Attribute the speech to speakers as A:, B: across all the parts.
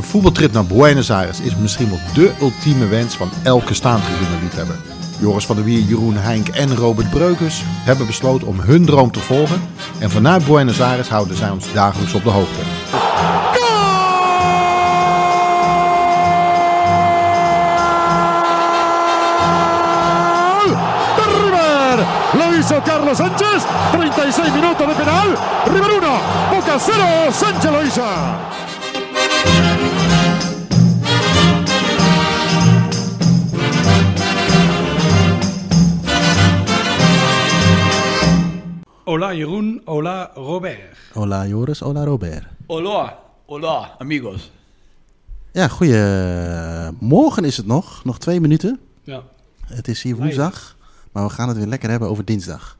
A: voetbaltrip naar Buenos Aires is misschien wel de ultieme wens van elke staantribune-liefhebber. Joris van der Wier, Jeroen Heink en Robert Breukers hebben besloten om hun droom te volgen. En vanuit Buenos Aires houden zij ons dagelijks op de hoogte.
B: River. Lo hizo Carlos Sánchez. 36 minutos de penal. River 1, Boca 0. Sánchez lo hizo.
C: Hola Jeroen, hola Robert.
D: Hola Joris, hola Robert.
E: Hola, hola, amigos.
D: Ja, goeiemorgen is het nog. Nog twee minuten.
C: Ja.
D: Het is hier woensdag, maar we gaan het weer lekker hebben over dinsdag.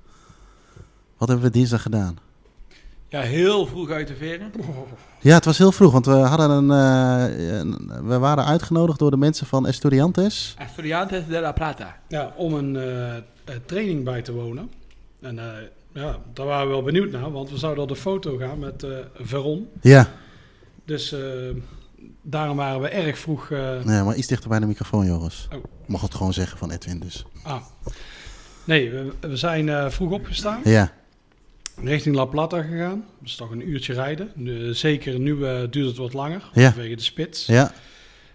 D: Wat hebben we dinsdag gedaan?
E: Ja, heel vroeg uit de veren.
D: Ja, het was heel vroeg, want we, hadden een, eh, een- we waren uitgenodigd door de mensen van Estudiantes.
E: Estudiantes de la Plata.
C: ja, om een eh, eh, training bij te wonen. En eh, ja, daar waren we wel benieuwd naar, want we zouden al de foto gaan met eh, Veron.
D: Ja,
C: Dus eh, daarom waren we erg vroeg. eh,
D: nee, maar iets dichter bij de microfoon, Joris.
C: Oh.
D: Mocht het gewoon zeggen van Edwin dus.
C: ah. Nee, we, we zijn eh, vroeg opgestaan,
D: Ja,
C: richting La Plata gegaan. Dat is toch een uurtje rijden. Nu, zeker nu eh, duurt het wat langer,
D: Ja.
C: vanwege de spits.
D: ja,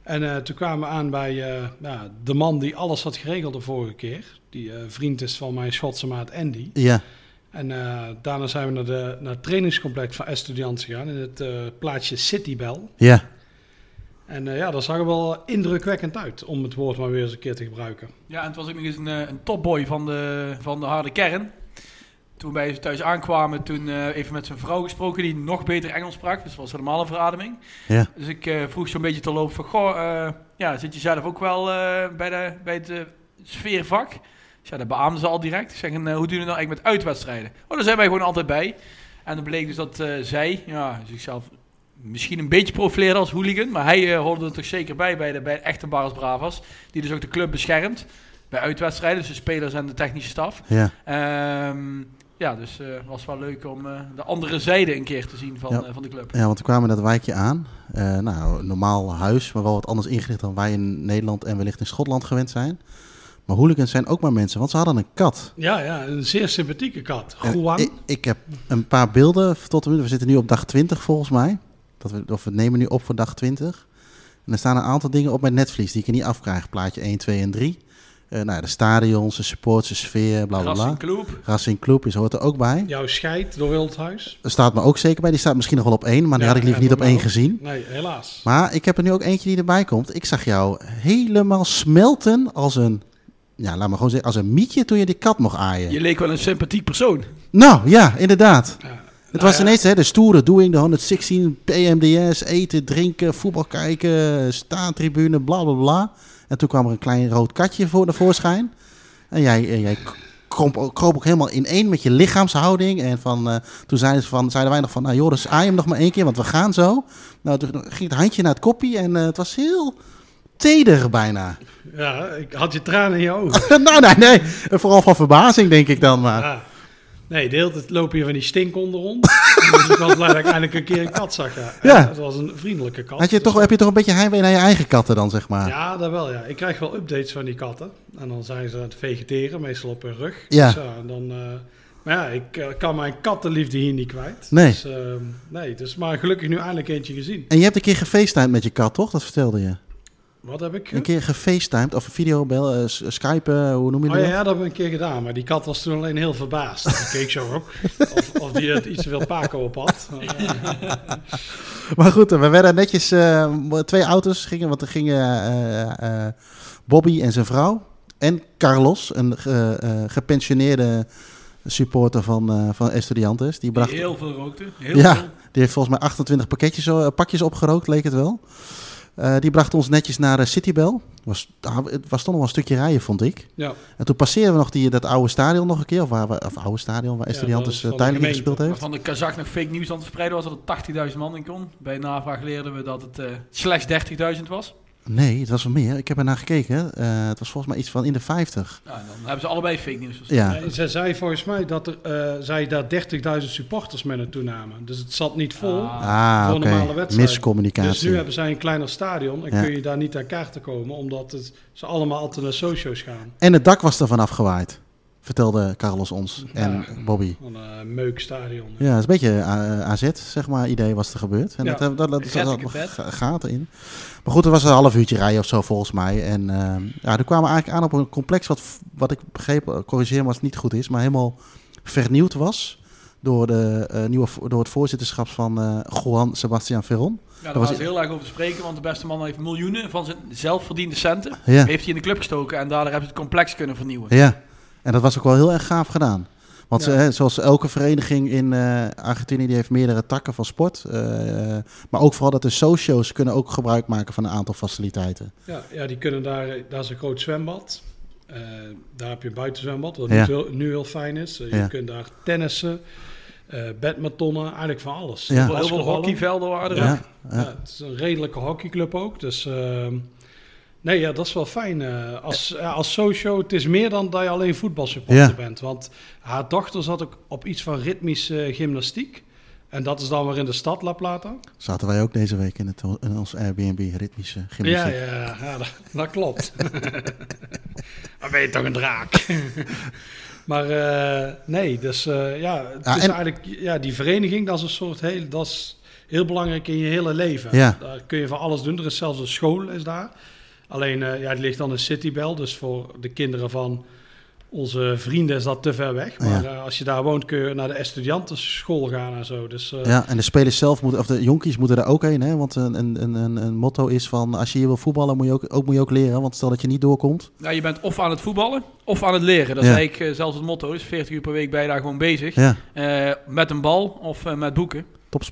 C: En eh, toen kwamen we aan bij eh, nou, de man die alles had geregeld de vorige keer. Die eh, vriend is van mijn Schotse maat Andy.
D: ja.
C: En eh, daarna zijn we naar, de, naar het trainingscomplex van Estudiants gegaan. In het eh, plaatsje Citybel.
D: Ja,
C: En eh, ja, dat zag er wel indrukwekkend uit. Om het woord maar weer eens een keer te gebruiken.
E: Ja, en het was ook nog eens een, eh, een topboy van de, van de harde kern. Toen wij thuis aankwamen, toen eh, even met zijn vrouw gesproken die nog beter Engels sprak. Dus dat was helemaal een verademing.
D: ja.
E: Dus ik eh, vroeg zo'n beetje te loop van, goh, eh, ja, zit je zelf ook wel eh, bij, de, bij het eh, sfeervak? Dus ja, dat beaamden ze al direct. Ik zeg, en, eh, hoe doen jullie nou eigenlijk met uitwedstrijden? Oh, daar zijn wij gewoon altijd bij. En dan bleek dus dat eh, zij, ja, zichzelf misschien een beetje profileerde als hooligan, maar hij eh, hoorde er toch zeker bij, bij de, bij de echte Barres Bravas, die dus ook de club beschermt bij uitwedstrijden, dus de spelers en de technische staf.
D: ja.
E: Ehm, ja, dus eh, het was wel leuk om eh, de andere zijde een keer te zien van,
D: Ja.
E: eh, van de club.
D: Ja, want we kwamen in dat wijkje aan. Eh, nou, normaal huis, maar wel wat anders ingericht dan wij in Nederland en wellicht in Schotland gewend zijn. Maar hooligans zijn ook maar mensen, want ze hadden een kat.
C: Ja, ja, een zeer sympathieke kat.
D: En
C: Juan.
D: Ik, ik heb een paar beelden tot en met. We zitten nu op dag 20 volgens mij. Dat we, of we nemen nu op voor dag 20. En er staan een aantal dingen op mijn netvlies die ik er niet afkrijg. Plaatje 1, 2 en 3. Eh nou, ja, de stadions, de supports, de sfeer, bla bla bla.
E: Racing Club.
D: Racing Club is hoort er ook bij.
C: Jouw scheid door Wildhuis.
D: Er staat me ook zeker bij. Die staat misschien nog wel op 1, maar die
C: Ja,
D: had ik liever
C: ja,
D: niet op
C: maar
D: 1
C: ook.
D: gezien.
C: Nee, helaas.
D: Maar ik heb er nu ook eentje die erbij komt. Ik zag jou helemaal smelten als een, ja, laat maar gewoon zeggen, als een mietje toen je die kat mocht aaien.
E: Je leek wel een sympathiek persoon.
D: Nou ja, inderdaad.
C: Ja.
D: Het
C: Nou
D: was
C: ja.
D: ineens hè, de stoere doing, de 116, PMDS, eten, drinken, voetbal kijken, staantribune, bla bla bla. En toen kwam er een klein rood katje voor de voorschijn. En jij, en jij k- kromp, ook- kroop ook helemaal ineen met je lichaamshouding. En van, eh, toen zeiden, ze van, zeiden wij nog van, nou Joris, aai hem nog maar één keer, want we gaan zo. Nou, toen ging het handje naar het koppie en eh, het was heel teder bijna.
C: Ja, ik had je tranen in je ogen.
D: nou, nee, nee. Vooral van verbazing, denk ik dan maar.
C: Ja. Nee, de hele tijd lopen hier van die stinkonden rond. dus ik was blij dat ik eindelijk een keer een kat zag. Ja.
D: Ja.
C: Het was een vriendelijke kat.
D: Had je
C: Dus
D: toch, heb je toch een beetje heimwee naar je eigen katten dan, zeg maar?
C: Ja, dat wel. Ja. Ik krijg wel updates van die katten. En dan zijn ze aan het vegeteren, meestal op hun rug.
D: Ja.
C: Dus en dan, eh, maar ja, ik eh, kan mijn kattenliefde hier niet kwijt.
D: Nee.
C: Dus, eh, nee, dus maar gelukkig nu eindelijk eentje gezien.
D: En je hebt een keer gefacetimed met je kat, toch? Dat vertelde je.
C: Wat heb ik?
D: Een keer gefacetimed, of een videobel, eh, s- Skype, eh, hoe noem je
C: Oh
D: dat?
C: ja, ja, dat hebben we een keer gedaan. Maar die kat was toen alleen heel verbaasd. Die keek zo ook. Of, of die er iets te veel Paco op had. Maar, eh,
D: Maar goed, we werden netjes eh, twee auto's, gingen, want er gingen eh, eh, Bobby en zijn vrouw en Carlos, een ge- eh, gepensioneerde supporter van, eh, van Estudiantes. Die, bracht,
E: Heel veel rookte. Heel
D: ja,
E: veel.
D: die heeft volgens mij 28 pakketjes, eh, pakjes opgerookt, leek het wel. Eh, die bracht ons netjes naar eh, Citybel. Was, ah, het was toch nog wel een stukje rijden, vond ik.
C: ja.
D: En toen passeerden we nog die, dat oude stadion nog een keer. Of, waar we, of oude stadion, waar
C: dat
D: Estudiantes
C: is van
D: eh,
C: de
D: tijdelijk in
C: gemeente.
D: gespeeld heeft.
E: Waarvan de Kazach nog fake nieuws aan het verspreiden was dat er 80.000 man in kon. Bij navraag leerden we dat het eh slechts 30.000 was.
D: Nee, het was wel meer. Ik heb ernaar gekeken. Eh, het was volgens mij iets van in de 50.
E: Nou, dan hebben ze allebei fake nieuws.
D: Ja.
C: Nee, Ze zei volgens mij dat er, eh, zij daar 30.000 supporters mee naartoe namen. Dus het zat niet vol.
E: Ah.
D: Ah,
C: Voor
D: oké.
C: een normale wedstrijd.
D: Miscommunicatie.
C: Dus nu hebben zij een kleiner stadion en
D: Ja.
C: kun je daar niet aan kaarten komen, omdat het, ze allemaal altijd naar socios gaan.
D: En het dak was ervan afgewaaid, vertelde Carlos ons en Bobby.
C: Van een meukstadion.
D: Ja, dat is een beetje eh, AZ, zeg maar, idee was er gebeurd. En
C: Ja.
D: dat, dat, dat, dat,
E: Gat in het bed.
D: gaten in. Maar goed, er was een half uurtje rijden of zo volgens mij. En ehm ja, toen kwamen we eigenlijk aan op een complex wat, wat ik begreep, eh, corrigeer me als het niet goed is, maar helemaal vernieuwd was. Door, de, eh, nieuwe, vo- door het voorzitterschap van eh Juan Sebastian Ferron.
E: Ja,
D: Dat
E: daar
D: was-
E: was heel erg over te spreken, want de beste man heeft miljoenen van zijn zelfverdiende centen.
D: Ja.
E: Heeft hij in de club gestoken en daardoor hebben ze het complex kunnen vernieuwen.
D: Ja, en dat was ook wel heel erg gaaf gedaan. Want
C: Ja.
D: eh, zoals elke vereniging in eh, Argentinië, die heeft meerdere takken van sport. eh, maar ook vooral dat de socio's kunnen ook gebruik maken van een aantal faciliteiten.
C: Ja, ja, die kunnen daar, daar is een groot zwembad. Eh, daar heb je een buitenzwembad, wat
D: Ja.
C: nu, heel, nu heel fijn is. Eh,
D: Ja.
C: Je kunt daar tennissen, eh badmintonnen, eigenlijk van alles.
D: Ja.
E: Heel veel
C: Basketballen.
E: hockeyvelden waren er.
D: Ja,
E: ook.
D: ja.
C: Ja, het is een redelijke hockeyclub ook. Dus ehm, nee, ja, dat is wel fijn. eh, als, ja, als socio, het is meer dan dat je alleen voetbalsupporter
D: Ja.
C: bent. Want haar dochter zat ook op iets van ritmische gymnastiek. En dat is dan weer in de stad La Plata.
D: Zaten wij ook deze week in, het, in ons Airbnb ritmische
C: Ja,
D: gymnastiek.
C: ja, ja dat, dat klopt. Dan ben je toch een draak. maar eh, nee, dus eh, ja, het
D: Ja,
C: is
D: en-
C: eigenlijk ja, die vereniging, dat is een soort heel, dat is heel belangrijk in je hele leven.
D: Ja.
C: Daar kun je van alles doen. Er is zelfs een school is daar. Alleen, eh, ja, die ligt dan in Citybel, dus voor de kinderen van onze vrienden is dat te ver weg. Maar eh, als je daar woont, kun je naar de estudiantenschool gaan en zo. Dus eh,
D: Ja, en de spelers zelf moeten, of de jonkies moeten daar ook heen. Hè? Want een, een, een- een, een motto is van als je hier wil voetballen, moet je ook, ook, moet je ook leren. Want stel dat je niet doorkomt.
E: Nou, je bent of aan het voetballen of aan het leren. Dat
D: Ja.
E: is eigenlijk eh, zelfs het motto. Is 40 uur per week ben je daar gewoon bezig.
D: Ja,
E: Eh, met een bal of eh, met boeken.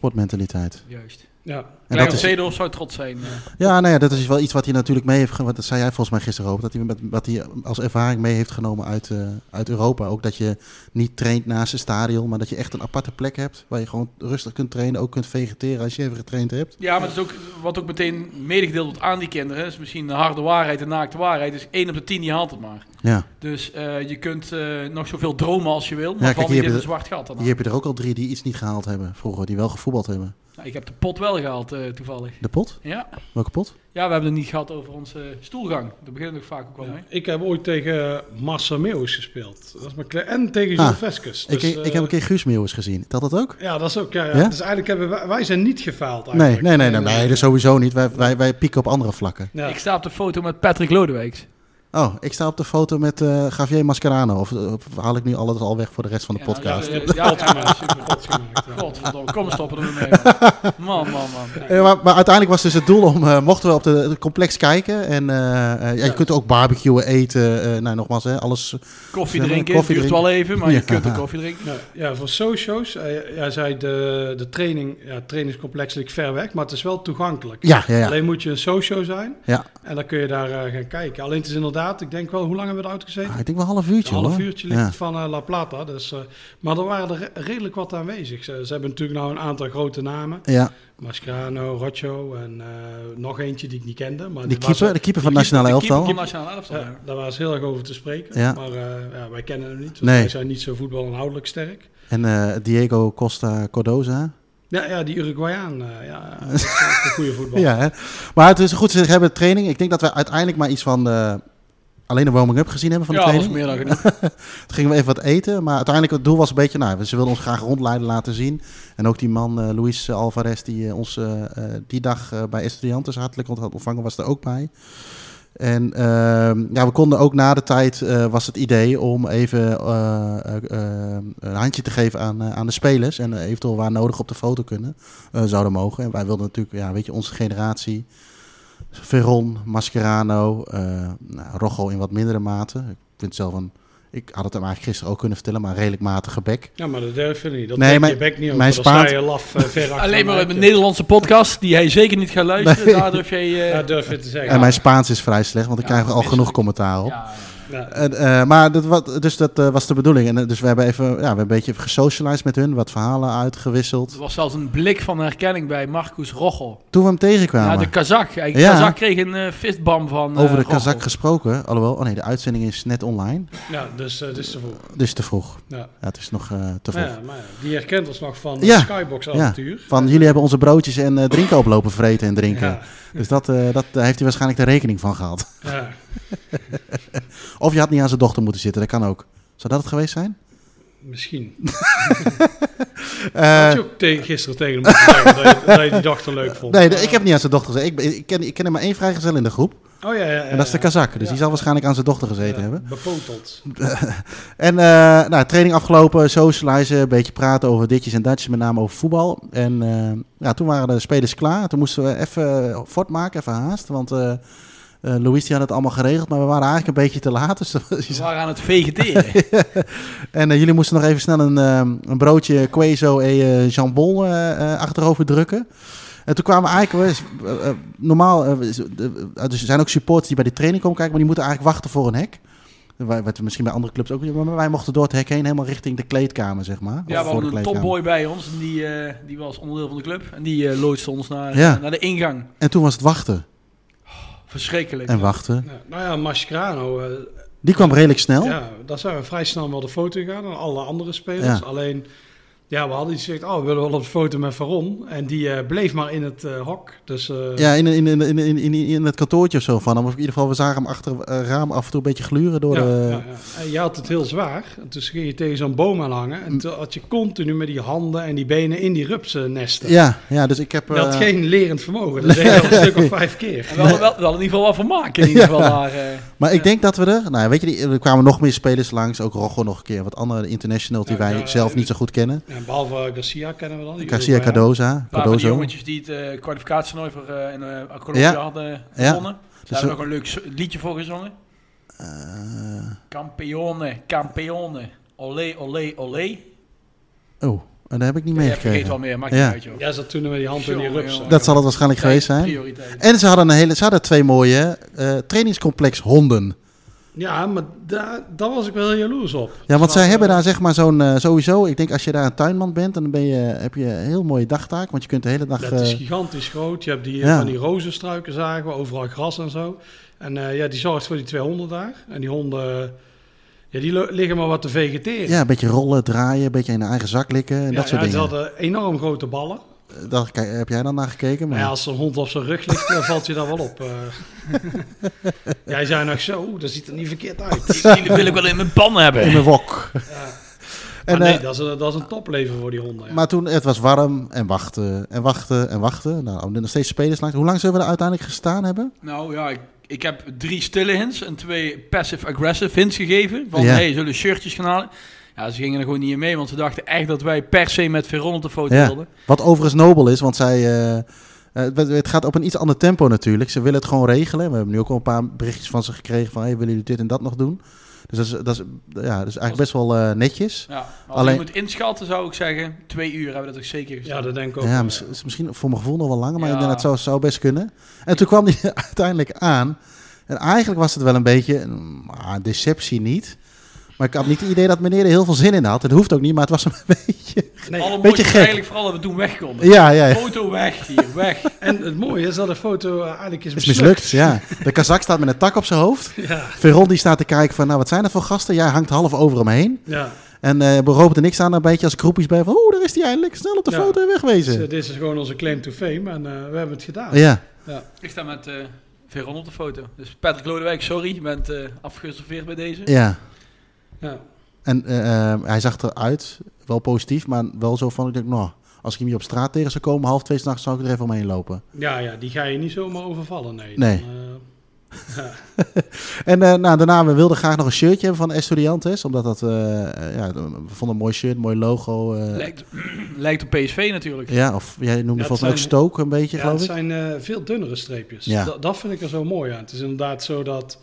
D: topsportmentaliteit.
E: Juist.
C: ja.
E: Klein
D: dat is-
E: Zeedorf zou trots zijn. eh.
D: Ja, nou ja, dat is wel iets wat hij natuurlijk mee heeft genomen. Dat zei jij volgens mij gisteren ook. Dat hij met, wat hij als ervaring mee heeft genomen uit, eh, uit Europa. Ook dat je niet traint naast een stadion, maar dat je echt een aparte plek hebt. Waar je gewoon rustig kunt trainen. Ook kunt vegeteren als je even getraind hebt.
E: Ja, maar het is ook, wat ook meteen medegedeeld wordt aan die kinderen. is misschien de harde waarheid en naakte waarheid. Is 1 op de 10 die haalt het maar.
D: Ja,
E: Dus eh, je kunt eh, nog zoveel dromen als je wil. Maar
D: kijk,
E: val
D: hier
E: niet in
D: heb je
E: een
D: de-
E: zwart gat. daarna.
D: hier heb je er ook al drie die iets niet gehaald hebben vroeger. Die wel gevoetbald hebben.
E: Nou, ik heb de pot wel gehaald eh, toevallig.
D: De pot?
E: Ja.
D: Welke pot?
E: Ja, we hebben het niet gehad over onze stoelgang. Daar beginnen we nog vaak ook wel mee.
C: Ik heb ooit tegen Marcel Meeuwis gespeeld. Dat is mijn kle- en tegen
D: Ah,
C: Jules Veskes. Dus,
D: ik, ik
C: eh,
D: heb een keer Guus Meeuwis gezien. Dat dat ook?
C: Ja, dat is ook. Ja, ja.
D: Ja?
C: Dus eigenlijk hebben wij, wij zijn niet gefaald
D: Nee,
C: eigenlijk.
D: nee, nee, nee, nee, dat sowieso niet. Wij, wij, wij pieken op andere vlakken.
C: Ja.
E: Ik sta op de foto met Patrick Lodewijks.
D: Oh, ik sta op de foto met eh Javier Mascarano. Of, of haal ik nu alles al weg voor de rest van de
E: Ja,
D: podcast?
E: nou,
C: Je
E: dat
C: hebt
E: is-
C: ja,
E: Ja,
C: pot gemaakt.
E: super.
C: pot gemaakt, ja.
E: Godverdomme, kom stoppen er mee. man. Man, man, man.
D: Eh, maar, maar uiteindelijk was dus het doel om, eh, mochten we op de, het complex kijken. En eh, eh, ja, je kunt ook barbecuen, eten, eh, nou nogmaals, hè, alles.
E: Koffie
D: Zullen we
E: drinken,
D: koffie
E: duurt
D: drinken?
E: wel even, maar
D: Ja.
E: je kunt ook koffie drinken.
C: Ja, ja, voor socio's. eh, jij zei de, de training, ja, het trainingscomplex ligt ver weg, maar het is wel toegankelijk.
D: Ja, ja, ja.
C: Alleen moet je een socio zijn
D: ja.
C: en dan kun je daar eh, gaan kijken. Alleen het is inderdaad, ik denk wel, hoe lang hebben we eruit gezeten?
D: Ah, ik denk wel een half uurtje
C: Een half
D: hoor.
C: uurtje ligt
D: Ja.
C: het van eh, La Plata. Dus, eh, maar er waren er re- redelijk wat aanwezig. Ze, ze hebben natuurlijk nou een aantal grote namen.
D: Ja,
C: Mascherano, Rocho en eh, nog eentje die ik niet kende. Maar
D: die
C: was-
D: keeper, de keeper van
E: De
D: het nationale
E: keeper- de keeper
D: elftal.
E: Van nationale elftal.
C: Ja,
E: ja.
C: daar was heel erg over te spreken.
D: Ja.
C: Maar eh, ja, wij kennen hem niet. want
D: Nee.
C: Wij zijn niet zo voetbalinhoudelijk sterk.
D: En eh, Diego Costa Cordoza.
C: Ja, ja die Uruguayaan. eh, ja, dat is echt een goede voetbal.
D: Ja, hè. Maar het is goed, ze hebben training. Ik denk dat we uiteindelijk maar iets van eh, alleen de warming-up gezien hebben van de
E: Ja, dat is
D: training.
E: meer dan genoeg.
D: Toen gingen we even wat eten, maar uiteindelijk het doel was een beetje, nou, ze wilden ons graag rondleiden laten zien. En ook die man, eh, Luis eh, Alvarez, die eh, ons eh, eh, die dag eh, bij Estudiantes hartelijk ont- had ontvangen, was er ook bij. En ehm, ja, we konden ook na de tijd, eh, was het idee om even eh, eh, eh, een handje te geven aan, eh, aan de spelers. En eh, eventueel waar nodig op de foto kunnen, eh, zouden mogen. En wij wilden natuurlijk, ja, weet je, onze generatie. Veron, Mascherano, eh nou, Rojo in wat mindere mate. Ik vind zelf een ik had het hem eigenlijk gisteren ook kunnen vertellen, maar een redelijk matige bek.
C: Ja, maar dat durf je niet. Dat
D: Nee,
C: nee,
D: mijn-
C: je bek niet over.
D: mijn
C: Dan sta
D: Spaans-
C: je laf eh, ver achter
E: Alleen maar
C: hem
E: met een
C: uit,
E: Nederlandse podcast, die hij zeker niet gaat luisteren.
D: Nee.
E: Daar durf jij... eh,
C: ja. Ja, durf je te zeggen.
D: En mijn Spaans is vrij slecht, want ik
E: Ja,
D: krijg al
E: misselijk.
D: genoeg commentaar op.
E: ja, ja.
C: Ja.
D: En, eh, maar dat, wat, dus dat eh, was de bedoeling. En, eh, dus we hebben even ja, we hebben een beetje gesocialized met hun, wat verhalen uitgewisseld.
E: Er was zelfs een blik van herkenning bij Marcus Rochel.
D: Toen we hem
E: Ja,
D: tegenkwamen,
E: de Kazak. Hij-
D: Ja.
E: Kazak kreeg een eh, fistbam van eh,
D: over de
E: Rochel.
D: Kazak gesproken. Alhoewel, oh nee, de uitzending is net online.
C: Ja, dus eh, het is te vroeg.
D: Dus te vroeg.
C: Ja.
D: Ja, het is nog eh, te vroeg.
C: Maar ja, maar ja, die herkent ons nog van
D: Ja.
C: het Skybox-avontuur.
D: Van jullie hebben onze broodjes en eh, drinken oplopen vreten en drinken.
C: Ja.
D: Dus dat, eh, dat eh, heeft hij waarschijnlijk de rekening van gehad.
C: Ja.
D: Of je had niet aan zijn dochter moeten zitten, dat kan ook. Zou dat het geweest zijn?
C: misschien.
D: Eh,
C: Had je ook te- gisteren tegen hem moeten zeggen dat, je, dat je die dochter leuk vond.
D: Nee, de- ik heb niet aan zijn dochter gezeten. Ik, ben- ik, ken, ik ken er maar één vrijgezel in de groep.
C: Oh eh, ja, ja, ja,
D: En dat is de
C: ja.
D: Kazak. Dus die zal waarschijnlijk aan zijn dochter gezeten
C: Ja,
D: hebben.
C: Bepoteld.
D: En eh, nou, training afgelopen, socializen, een beetje praten over ditjes en datjes, met name over voetbal. En eh, ja, toen waren de spelers klaar. Toen moesten we even eh, fort maken, even haast. Want eh eh, Luis die had het allemaal geregeld, maar we waren eigenlijk een beetje te laat. Dus dat was-
E: We waren aan het vegeteren.
D: en eh, jullie moesten nog even snel een, eh, een broodje queso en eh, jambon eh, eh, achterover drukken. En toen kwamen we eigenlijk, we- eh, eh, normaal, eh, we- eh, dus er zijn ook supporters die bij de training komen kijken, maar die moeten eigenlijk wachten voor een hek. Wa- Wat we misschien bij andere clubs ook doen, maar wij mochten door het hek heen helemaal richting de kleedkamer, zeg maar.
E: Ja,
D: Of
E: we
D: voor de
E: hadden een
D: kleedkamer.
E: topboy bij ons. En die, eh, die was onderdeel van de club. En die eh loodste ons naar,
D: Ja.
E: naar de ingang.
D: En toen was het wachten
E: Verschrikkelijk.
D: en wachten.
C: Ja, nou ja, Mascherano, eh,
D: Die kwam redelijk snel.
C: ja, daar zijn we vrij snel wel de foto gegaan dan alle andere spelers.
D: Ja.
C: Alleen, ja, we hadden iets gezegd, oh, we willen wel op de foto met Veron. En die eh, bleef maar in het eh, hok. Dus eh,
D: Ja, in, in, in, in, in, in- in het kantoortje of zo van hem. Of in ieder geval, we zagen hem achter het raam af en toe een beetje gluren door
C: ja,
D: de...
C: ja, ja. En je had het heel zwaar. En toen ging je tegen zo'n boom aan hangen. En toen had je continu met die handen en die benen in die rupsen nesten.
D: Ja, ja, dus ik heb...
C: Dat had
D: eh,
C: geen lerend vermogen. Dat deed je al een stuk of vijf keer.
E: En wel, wel, wel in ieder geval wat van maken. In ieder geval daar. eh.
D: Maar ik denk dat we er, nou weet je, die- er kwamen nog meer spelers langs. Ook Rogo nog een keer, wat andere internationals die
C: Ja,
D: wij
C: ja,
D: zelf
C: ja.
D: niet zo goed kennen.
C: Ja, behalve Garcia kennen we dan. die
D: Garcia
C: Uruguayan.
E: Een
D: Cardoza,
E: paar van die
D: Cardozo.
E: jongetjes die het eh kwalificatietoernooi voor eh in eh, Colombia
D: Ja.
E: hadden
D: Ja.
E: gewonnen. Daar
D: Dus
E: hebben
D: we-
E: we ook een leuk zo- liedje voor gezongen.
D: Eh,
E: Campeone, campeone. Olé, olé, olé. Ja,
D: oh, en daar heb ik niet
E: je
D: mee
E: hebt vergeet wel meer,
D: gekregen.
E: maakt
D: Ja.
E: niet uit joh.
C: Jij zat toen met die hand in die
E: Jongen,
C: rupsen.
E: jongen.
D: Dat zal het waarschijnlijk geweest zijn.
E: Prioriteit.
D: En ze hadden, een hele, ze hadden twee mooie eh, trainingscomplex honden.
C: Ja, maar daar, daar was ik wel heel jaloers op.
D: Ja, want
C: Dus
D: zij
C: dat,
D: hebben
C: eh,
D: daar zeg maar zo'n, eh, sowieso, ik denk als je daar een tuinman bent, dan ben je, heb je een heel mooie dagtaak. Want je kunt de hele dag...
C: Dat is
D: eh,
C: gigantisch groot. Je hebt die,
D: Ja.
C: van die rozenstruiken zagen we, overal gras en zo. En eh, ja, die zorgt voor die 200 daar. En die honden, eh, ja, die lo- liggen maar wat te vegeteren.
D: ja, een beetje rollen, draaien, een beetje in de eigen zak likken en
C: Ja,
D: dat soort
C: ja,
D: dingen.
C: Ze hadden enorm grote ballen.
D: Daar kijk- heb jij dan naar gekeken? Maar...
C: Maar ja, als een hond op zijn rug ligt, dan valt je daar wel op. eh. Jij zei nog zo, oeh, dat ziet er niet verkeerd uit.
E: Die wil ik wel in mijn pan
D: In
E: hebben.
D: mijn wok.
C: En,
D: eh,
C: nee, dat is, een- dat is een topleven voor die honden. ja.
D: Maar toen, het was warm en wachten en wachten en wachten. Nou, er zijn nog steeds spelers langs. Hoe lang zullen we er uiteindelijk gestaan hebben?
E: Nou ja, ik, ik heb drie stille hints en twee passive-aggressive hints gegeven. Van,
D: Ja.
E: hey, zullen we shirtjes gaan halen? Ja, ze gingen er gewoon niet in mee, want ze dachten echt dat wij per se met Veron op de foto
D: Ja.
E: wilden.
D: Wat overigens nobel is, want zij... eh, eh, het- het gaat op een iets ander tempo natuurlijk. Ze willen het gewoon regelen. We hebben nu ook al een paar berichtjes van ze gekregen van... Hey, willen jullie dit en dat nog doen? Dus dat is, dat is, ja, dat is eigenlijk best wel eh, netjes.
E: Ja, maar als
D: Alleen-
E: je moet inschatten, zou ik zeggen, twee uur hebben we dat ook zeker gezien.
C: ja, dat denk ik ook. eh.
D: Ja,
C: wel,
D: mis- is misschien voor mijn gevoel nog wel langer, maar
E: Ja.
D: inderdaad, zou, zou best kunnen. En toen kwam hij uiteindelijk aan. En eigenlijk was het wel een beetje, mm, ah, deceptie niet. Maar ik had niet het idee dat meneer er heel veel zin in had. Het hoeft ook niet, maar het was een beetje...
C: Nee,
E: Alle
D: beetje
E: mooiste
D: gek.
E: eigenlijk vooral dat we toen weg konden.
D: Ja, ja, ja.
E: Foto weg hier, weg.
C: En het mooie is dat de foto eh, eigenlijk is
D: Het is
C: mislukt.
D: mislukt, ja. De kazak staat met een tak op zijn hoofd.
C: Ja,
D: Veron die staat te kijken van, nou, wat zijn er voor gasten? Jij hangt half over hem heen.
C: ja.
D: En eh we roepen er niks aan, een beetje als groepjes bij van... Oeh, daar is hij eindelijk. Snel op de
C: Ja.
D: foto en
C: Dus,
D: wegwezen.
C: eh, dit is gewoon onze claim to fame en eh, we hebben het gedaan.
D: Ja.
E: Ik sta met eh Veron op de foto. Dus Patrick Lodewijk, sorry, je bent eh, afgeserveerd bij deze.
D: Ja.
C: Ja.
D: En eh, eh, hij zag eruit, wel positief, maar wel zo van, ik denk, nou, als ik hem hier op straat tegen zou komen, half twee s'nachts zou ik er even omheen lopen.
C: Ja, ja, die ga je niet zomaar overvallen, nee.
D: Nee.
C: Dan, eh,
D: En eh, nou, daarna, we wilden graag nog een shirtje hebben van Estudiantes, omdat dat, eh, ja, we vonden een mooi shirt, mooi logo. eh.
E: Lijkt, lijkt op PSV natuurlijk.
D: ja, of jij noemde
C: Ja,
D: volgens
C: het
D: mij ook
C: zijn-
D: Stoke een beetje,
C: ja,
D: geloof
C: het
D: ik.
C: zijn eh, veel dunnere streepjes.
D: Ja.
C: Dat, dat vind ik er zo mooi aan. Het is inderdaad zo dat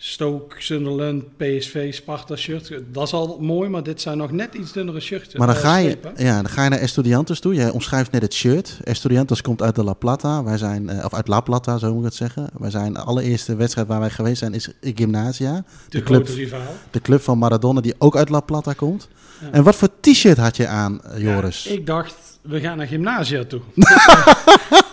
C: Stoke, Sunderland, PSV, Sparta shirt. Dat is al mooi, maar dit zijn nog net iets dunnere shirts.
D: Maar dan
C: eh,
D: ga, je,
C: strepen.
D: ja, dan ga je naar Estudiantes toe. Jij omschrijft net het shirt. Estudiantes komt uit de La Plata. Wij zijn, eh, of uit La Plata, zo moet ik het zeggen. Wij zijn, de allereerste wedstrijd waar wij geweest zijn is Gymnasia.
C: De,
D: De
C: grote
D: club,
C: rivaal.
D: de club van Maradona die ook uit La Plata komt.
C: Ja.
D: En wat voor t-shirt had je aan, eh, Joris?
C: Ik dacht, we gaan naar gymnasia toe.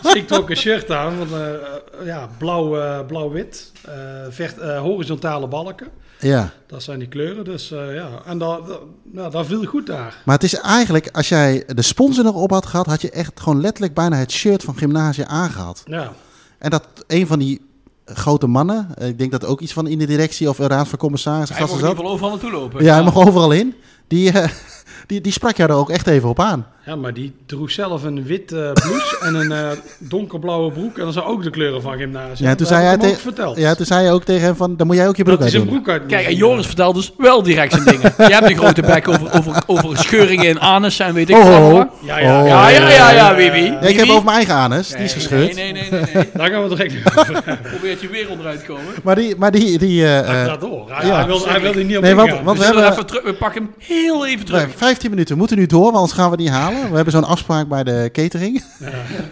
C: Dus, eh, dus ik trok een shirt aan, want, eh, ja, blauw, eh, blauw-wit, eh, vert- eh, horizontale balken.
D: Ja.
C: Dat zijn die kleuren, dus eh, ja. En dat, dat, nou, dat viel goed daar.
D: Maar het is eigenlijk, als jij de sponsor erop had gehad, had je echt gewoon letterlijk bijna het shirt van Gymnasia aangehad.
C: Ja,
D: En dat een van die grote mannen, eh, ik denk dat ook iets van in de directie of een raad van commissarissen,
E: Hij mag in
D: gasten
E: ieder
D: zat.
E: geval overal naartoe lopen.
D: Ja, hij mag overal in. Die, eh, die, die sprak jou er ook echt even op aan.
C: ja, maar die droeg zelf een wit eh, blouse en een eh, donkerblauwe broek. En dat zijn ook de kleuren van gymnasia.
D: Ja,
C: Dat
D: toen zei,
C: heb
D: hij
C: ik hem ook
D: tegen-
C: verteld.
D: ja, toen zei hij ook tegen hem van, dan moet jij ook je broek
C: dat hij zijn
D: uitdoen.
C: broek uit moest
E: Kijk, en
C: doen.
E: Joris vertelt dus wel direct zijn dingen. Jij hebt een grote bek over, over, over scheuringen in anussen en weet ik
D: Oh,
E: veel
D: oh,
E: allemaal.
C: Ja, ja,
D: Oh.
E: Ja, ja, ja, ja, wie, wie?
D: Ja, ik heb
E: Wie?
D: over mijn eigen anus, die is gescheurd.
E: Nee, nee, nee, nee. nee.
C: Daar gaan we direct
D: Eh,
C: over hebben.
E: Probeert je weer onderuit te komen.
D: Maar die, maar die, die eh, eh,
C: Ga door. Hij,
D: ja.
C: hij wilde, hij wilde niet op
D: Nee, want-
C: ingaan.
D: want
E: We,
D: We
C: Dus-
E: zullen
D: hebben-
E: even terug, we pakken hem heel even terug.
D: nou, 15 minuten, we moeten nu door, want anders gaan we die halen. We hebben zo'n afspraak bij de catering.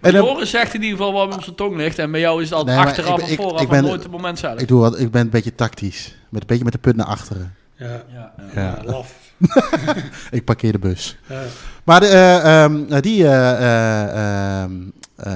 D: en dan-
E: Joris zegt in ieder geval waar hem op zijn tong ligt. En bij jou is het altijd
D: Nee, maar
E: achteraf
D: ik ben-
E: of
D: ik-
E: vooraf,
D: ik
E: maar
D: ben-
E: nooit het moment zelf.
D: ik, doe wat, ik ben een beetje tactisch, met een beetje met de punt naar achteren.
C: ja,
E: ja, ja.
C: ja, laf.
D: Ik parkeer de bus.
C: Ja.
D: Maar de, eh, ehm, eh, die, eh, eh, ehm, eh,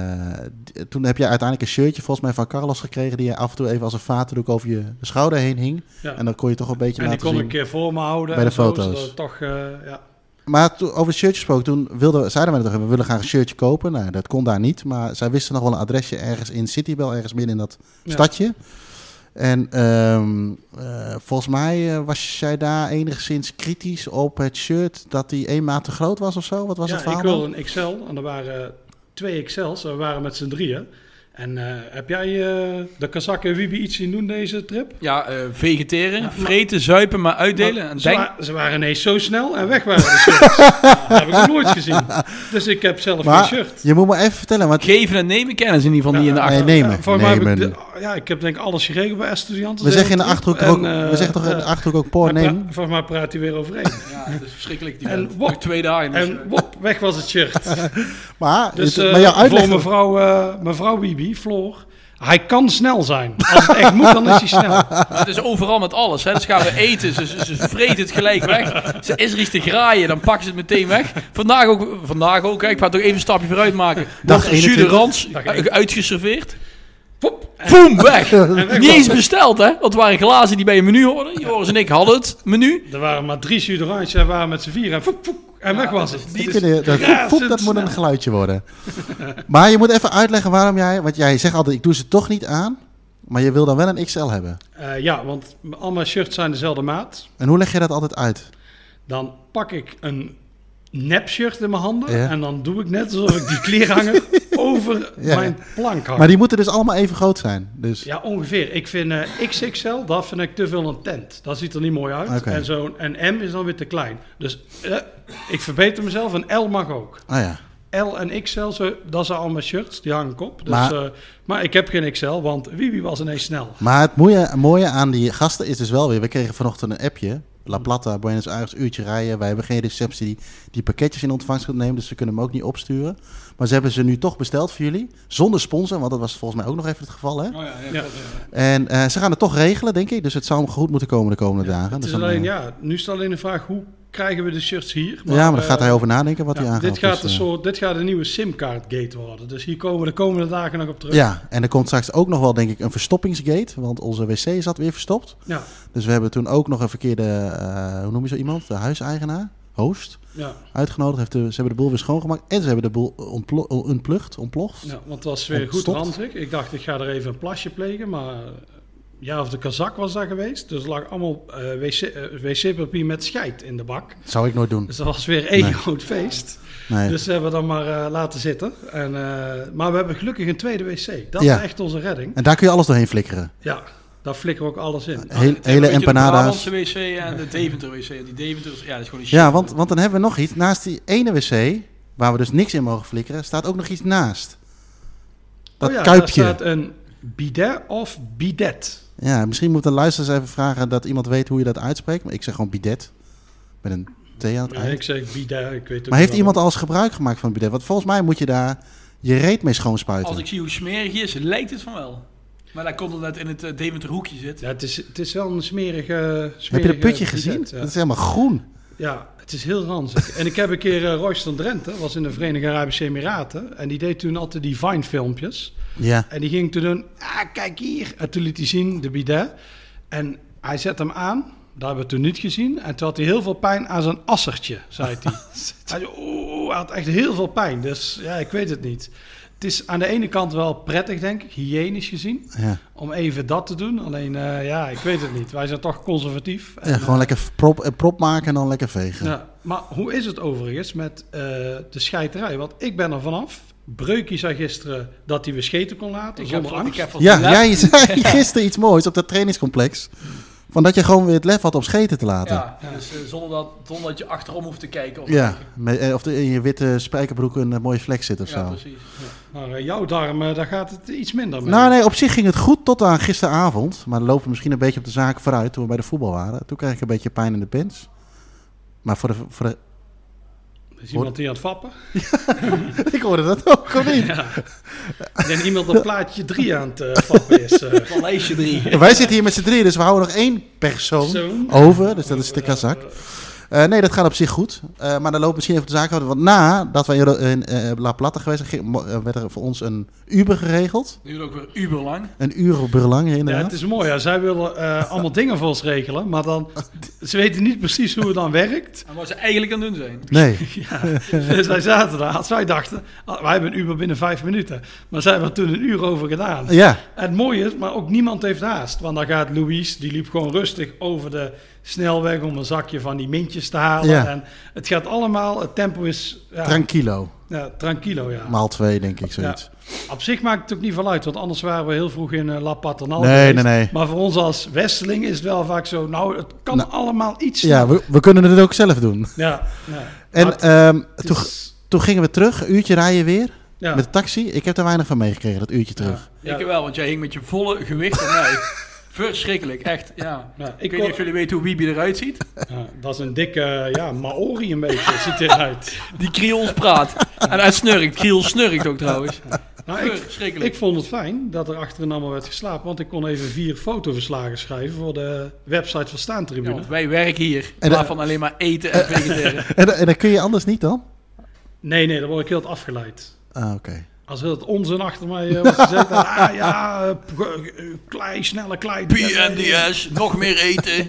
D: d- toen heb je uiteindelijk een shirtje volgens mij van Carlos gekregen... die je af en toe even als een vatendoek over je schouder heen hing.
C: Ja.
D: En dan kon je toch een beetje
C: En die
D: laten
C: kon
D: zien.
C: ik eh, voor me houden.
D: Bij de
C: en zo,
D: foto's.
C: zodat het toch, eh, ja.
D: Maar toen- over het shirtje gesproken, toen wilden, we- zeiden wij nog, we willen graag een shirtje kopen. Nou, dat kon daar niet, maar zij wisten nog wel een adresje ergens in Citybel, ergens midden in dat
C: Ja.
D: stadje. En ehm, eh, volgens mij eh, was jij daar enigszins kritisch op het shirt dat die één maat te groot was of zo? Wat was
C: ja,
D: het verhaal?
C: ik wilde
D: dan?
C: een XL en er waren twee XL's. We waren met z'n drieën. En eh, heb jij eh, de kazakken Wiebe iets zien doen deze trip?
E: eh, vegeteren, vreten, zuipen, maar uitdelen. en
C: Oh, ze,
E: denk,
C: wa- ze waren ineens zo snel en weg waren de shirts. Ja, dat heb ik nog nooit gezien. Dus ik heb zelf
D: Maar-
C: geen shirt.
D: Je moet me even vertellen, want
E: geven en nemen kennis in ieder geval niet in de
D: nee,
E: achter.
D: nemen.
C: Eh, voor mij heb ik
D: nemen.
C: de- ja, ik heb denk ik alles geregeld bij Estudianten.
D: we zeggen in de
C: Hele
D: achterhoek
C: trip.
D: toch ook,
C: En, eh,
D: we zeggen toch in de
C: eh,
D: achterhoek ook porn
C: hij pra-
D: nemen?
C: Volgens mij praat hij weer overheen.
E: Ja, het is verschrikkelijk. Die
C: En
E: en,
C: wop.
E: twee dagen. dus, eh,
C: en wop, weg was het shirt.
D: Maar,
C: Dus
D: het-
C: eh,
D: maar jouw uitleg...
C: voor mevrouw, eh mevrouw Bibi, Floor, hij kan snel zijn. Als het echt moet, dan is hij snel.
E: Het is overal met alles. Hè. Dus gaan we eten. Ze, ze, ze vreet het gelijk weg. Ze is er iets te graaien. Dan pakken ze het meteen weg. Vandaag ook. Vandaag ook hè. Ik ga toch even een stapje vooruit maken. Wordt een jus de
D: 21.
E: rans
C: Dag
E: u- uitgeserveerd.
C: Pop. En,
E: Boem, weg.
C: en
E: Niet eens
C: was het.
E: besteld, hè? Want het waren glazen die bij je menu hoorden. Joris en ik hadden het menu.
C: Er waren maar drie Suderantjes en waren met z'n vier. En, foep, foep, en weg was het. Dus,
D: Ik vind het- dat,
C: razend
D: voep, dat moet een
C: snel.
D: geluidje worden. maar je moet even uitleggen waarom jij... Want jij zegt altijd, ik doe ze toch niet aan. Maar je wil dan wel een XL hebben.
C: Eh, ja, want al mijn shirts zijn dezelfde maat.
D: En hoe leg je dat altijd uit?
C: Dan pak ik een nep shirt in mijn handen.
D: Ja.
C: En dan doe ik net alsof ik die kleerhanger over
D: Ja.
C: mijn plank hang.
D: Maar die moeten dus allemaal even groot zijn. Dus,
C: Ja, ongeveer. Ik vind eh, XXL, dat vind ik te veel een tent. Dat ziet er niet mooi uit.
D: Oké.
C: En zo'n en M is dan weer te klein. Dus eh, ik verbeter mezelf en L mag ook.
D: Ah ja.
C: L en XL, zo, dat zijn allemaal shirts, die hang ik op. Dus,
D: Maar-
C: maar, maar ik heb geen XL, want Wiwi was ineens snel.
D: Maar het mooie, mooie aan die gasten is dus wel weer... We kregen vanochtend een appje. La
C: Mm.
D: Plata, Buenos Aires, uurtje rijden. Wij hebben geen receptie die, die pakketjes in ontvangst kunt nemen. Dus ze kunnen hem ook niet opsturen. Maar ze hebben ze nu toch besteld voor jullie. Zonder sponsor, want dat was volgens mij ook nog even het geval. Hè?
C: Oh Ja.
D: En eh, ze gaan het toch regelen, denk ik. Dus het zou hem goed moeten komen de komende dagen.
C: Het
D: Dus
C: is
D: dan,
C: alleen,
D: eh,
C: ja, nu is het alleen de vraag, hoe krijgen we de shirts hier?
D: ja, maar daar gaat
C: eh,
D: hij over nadenken wat hij
C: ja,
D: aangaat.
C: dit, gaat
D: dus,
C: een
D: eh,
C: soort, dit gaat een nieuwe simkaart gate worden. Dus hier komen we de komende dagen nog op terug.
D: Ja, en er komt straks ook nog wel, denk ik, een verstoppingsgate. Want onze wc zat weer verstopt.
C: Ja,
D: Dus we hebben toen ook nog een verkeerde, eh, hoe noem je zo iemand? De huiseigenaar, host,
C: ja,
D: uitgenodigd. Heeft de, ze hebben de boel weer schoongemaakt. En ze hebben de boel ontplo- ontplucht, ontploft.
C: ja, want het was weer goed
D: Ontstopt.
C: ranzig. Ik dacht, ik ga er even een plasje plegen, maar... eh, Ja, of de kazak was daar geweest. Dus er lag allemaal eh, wc, eh, wc-papier met scheid in de bak.
D: Zou ik nooit doen.
C: Dus dat was weer één
D: Nee.
C: groot feest.
D: Nee.
C: Dus ze hebben we dan maar eh, laten zitten. En, eh, maar we hebben gelukkig een tweede wc. Dat
D: Ja.
C: is echt onze redding.
D: En daar kun je alles doorheen flikkeren.
C: Ja, daar flikken we ook alles in. Oh,
D: Heel-
E: Het is
D: hele
E: een beetje
D: empanadas.
E: De Brabantse wc en de Deventer wc. Die Deventer is, ja, dat is gewoon een shit.
D: Ja, want, want dan hebben we nog iets. Naast die ene wc, waar we dus niks in mogen flikkeren, staat ook nog iets naast. Dat
C: Oh ja,
D: kuipje.
C: Daar staat een bidet of bidet.
D: Ja, misschien moet een luisteraars even vragen dat iemand weet hoe je dat uitspreekt. Maar ik zeg gewoon bidet. Met een T aan het
C: Ja,
D: eind.
C: ik zeg bidet, ik weet het
D: Maar heeft
C: wel.
D: iemand al eens gebruik gemaakt van bidet? Want volgens mij moet je daar je reet mee schoonspuiten.
E: Als ik zie hoe smerig hij is, lijkt het van wel. Maar dat komt omdat het in het eh, Deventer hoekje zit.
C: Ja, het, is, het is wel een smerige...
D: Heb je
C: smerige
D: dat putje
C: eh, bidet,
D: gezien?
C: ja.
D: Dat is helemaal groen.
C: Ja, het is heel ranzig. en ik heb een keer eh Royce van Drenthe, was in de Verenigde Arabische Emiraten. En die deed toen altijd die Vine-filmpjes.
D: Ja.
C: En die ging toen doen, ah, kijk hier. En toen liet hij zien, de bidet. En hij zet hem aan. Dat hebben we toen niet gezien. En toen had hij heel veel pijn aan zijn assertje, zei hij. hij, zei, oeh, hij had echt heel veel pijn. Dus ja, ik weet het niet. Het is aan de ene kant wel prettig, denk ik, hygiënisch gezien,
D: Ja,
C: om even dat te doen. Alleen, eh, ja, ik weet het niet. Wij zijn toch conservatief. En,
D: ja gewoon lekker prop, eh, prop maken en dan lekker vegen.
C: ja, maar hoe is het overigens met eh, de scheiterij? Want ik ben er vanaf. Breukie zei gisteren dat hij weer scheten kon laten,
E: Ik heb,
C: zonder
E: van- ik
C: angst.
E: heb van
D: Ja,
E: die laatste-
D: jij zei gisteren iets moois op dat trainingscomplex. Van dat je gewoon weer het lef had om scheten te laten.
E: Ja, dus eh, zonder, dat, zonder dat je achterom hoeft te kijken. Of
D: Ja, met- eh, of er in je witte spijkerbroek een eh, mooie vlek zit of zo.
E: ja precies.
C: Maar eh, jouw darm, eh, daar gaat het iets minder mee.
D: Nou nee, op zich ging het goed tot aan gisteravond. Maar dan lopen we misschien een beetje op de zaak vooruit toen we bij de voetbal waren. Toen kreeg ik een beetje pijn in de pens. Maar voor de, voor de...
C: Is iemand die aan het fappen?
D: Ik hoorde dat ook al niet.
C: Ja. Ik denk iemand dat plaatje 3 aan het eh, fappen is. eh.
E: Van lijstje drie.
D: En wij zitten hier met z'n drieën, dus we houden nog één persoon
C: Zo.
D: over. Dus dat is de kazak. Eh, nee, dat gaat op zich goed. Eh, maar dan loopt misschien even de zaak uit. Want nadat we in, Ro- in eh, La Plata geweest zijn, ging- mo- eh, werd er voor ons een Uber geregeld.
E: Duurt ook weer uber lang.
D: Een uur op lang
C: Ja,
D: inderdaad.
C: het is mooi. Ja. Zij willen eh, allemaal dingen voor ons regelen, maar dan, ze weten niet precies hoe het dan werkt.
E: En wat ze eigenlijk aan het doen zijn.
D: Nee,
C: Dus wij zaten daar. Als wij dachten, ah, wij hebben een Uber binnen vijf minuten. Maar zij hebben er toen een uur over gedaan.
D: ja.
C: En het mooie is, maar ook niemand heeft haast. Want dan gaat Louise, die liep gewoon rustig over de snelweg om een zakje van die mintjes te halen.
D: Ja.
C: En het gaat allemaal, het tempo is ja,
D: Tranquilo.
C: ja, tranquilo. Ja.
D: Maal twee, denk ik,
C: ja.
D: zoiets.
C: Op zich maakt het ook niet veel uit, want anders waren we heel vroeg in eh, La Paternal
D: Nee,
C: geweest.
D: nee, nee.
C: Maar voor ons als Westeling is het wel vaak zo, nou, het kan
D: Nou,
C: allemaal iets.
D: Ja, we, we kunnen het ook zelf doen.
C: ja, ja. Maar
D: En
C: het
D: ehm, toen,
C: is-
D: toen gingen we terug, een uurtje rijden weer,
C: ja.
D: met de taxi. Ik heb er weinig van meegekregen, dat uurtje terug.
C: Ja.
E: Ik eh, wel, want jij hing met je volle gewicht aan mij. Verschrikkelijk, echt. Ja.
C: Ja,
E: Ik
C: ik
E: weet niet of jullie weten hoe Wiebe eruit ziet.
C: ja, dat is een dikke ja, Maori een beetje, ziet eruit.
E: Die Kriols praat. En hij snurkt. Kriols snurkt ook trouwens.
C: Nou, ik,
E: Verschrikkelijk.
C: Ik vond het fijn dat er achterin allemaal werd geslapen, want ik kon even vier fotoverslagen schrijven voor de website van
E: Ja,
C: Staantribune.
E: want wij werken hier.
D: En,
E: waarvan alleen maar eten en vegeteren.
D: En, dan- en dan kun je anders niet dan?
C: Nee, nee, dan word ik heel wat afgeleid.
D: Ah, oké.
C: Als heel het onzin achter mij eh, wordt gezegd, dan, ah ja, eh, p- ge- eh, klei, snelle klei.
E: PMDS, nog meer eten.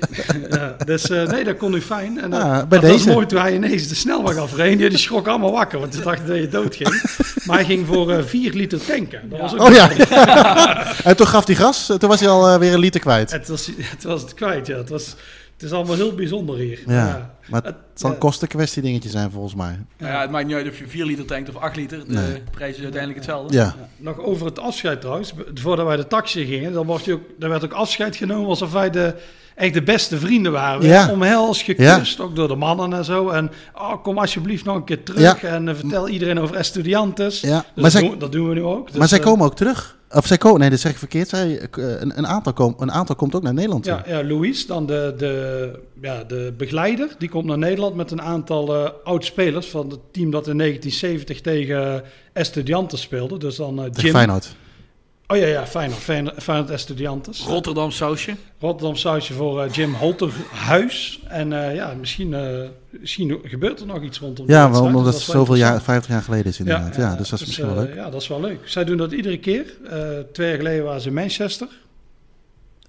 C: Ja, dus eh, nee, dat kon nu fijn. En, eh,
D: Ah, bij
C: maar dat
D: deze.
C: was mooi toen hij ineens de snelweg afreed. Die schrok allemaal wakker, want ze dachten dat je dood ging. Maar hij ging voor eh, vier liter tanken. Dat was ook
D: Oh ja. en toen gaf hij gas, toen was hij al eh, weer een liter kwijt.
C: het, was, het was het kwijt, ja. Het, was, het is allemaal heel bijzonder hier.
D: Ja, maar het zal
C: ja.
D: een kostenkwestie dingetje zijn volgens mij.
E: Nou ja, het maakt niet uit of je 4 liter tankt of 8 liter. De
D: Nee.
E: prijs is uiteindelijk hetzelfde.
D: Ja,
C: Nog over het afscheid trouwens. Be- Voordat wij de taxi gingen, dan, wordt je ook, dan werd ook afscheid genomen alsof wij de, echt de beste vrienden waren.
D: Ja.
C: Omhelst, gekust, ook door de mannen en zo. En oh, kom alsjeblieft nog een keer terug en eh, vertel iedereen over Estudiantes.
D: Ja,
C: Dus
D: maar
C: dat,
D: zij-
C: doen, dat doen we nu ook. Dus,
D: maar zij
C: eh,
D: komen ook terug. Of zij komen, nee, dat zeg ik verkeerd. Zij, eh, een, een, aantal kom, een aantal komt ook naar Nederland toe.
C: Ja, ja, Louise, dan de, de, ja, de begeleider, die komt naar Nederland met een aantal eh oud-spelers van het team dat in 1970 tegen eh, Estudiantes speelde. Dus dan eh,
D: Tegen
C: Jim.
D: Feyenoord.
C: Oh ja, ja, Feyenoord, Feyenoord, Feyenoord Estudiantes.
E: Rotterdam sausje.
C: Rotterdam sausje voor eh, Jim Holterhuis. En eh, ja, misschien, eh, misschien gebeurt er nog iets rondom die
D: Ja,
C: wedstrijd,
D: wel,
C: dus
D: omdat
C: dat
D: het
C: is wel
D: zoveel jaar,
C: interessant.
D: 50 jaar geleden is inderdaad. Ja,
C: eh,
D: dus dat is misschien wel
C: eh,
D: leuk.
C: Ja, dat is wel leuk. Zij doen dat iedere keer. Eh, twee jaar geleden waren ze in Manchester.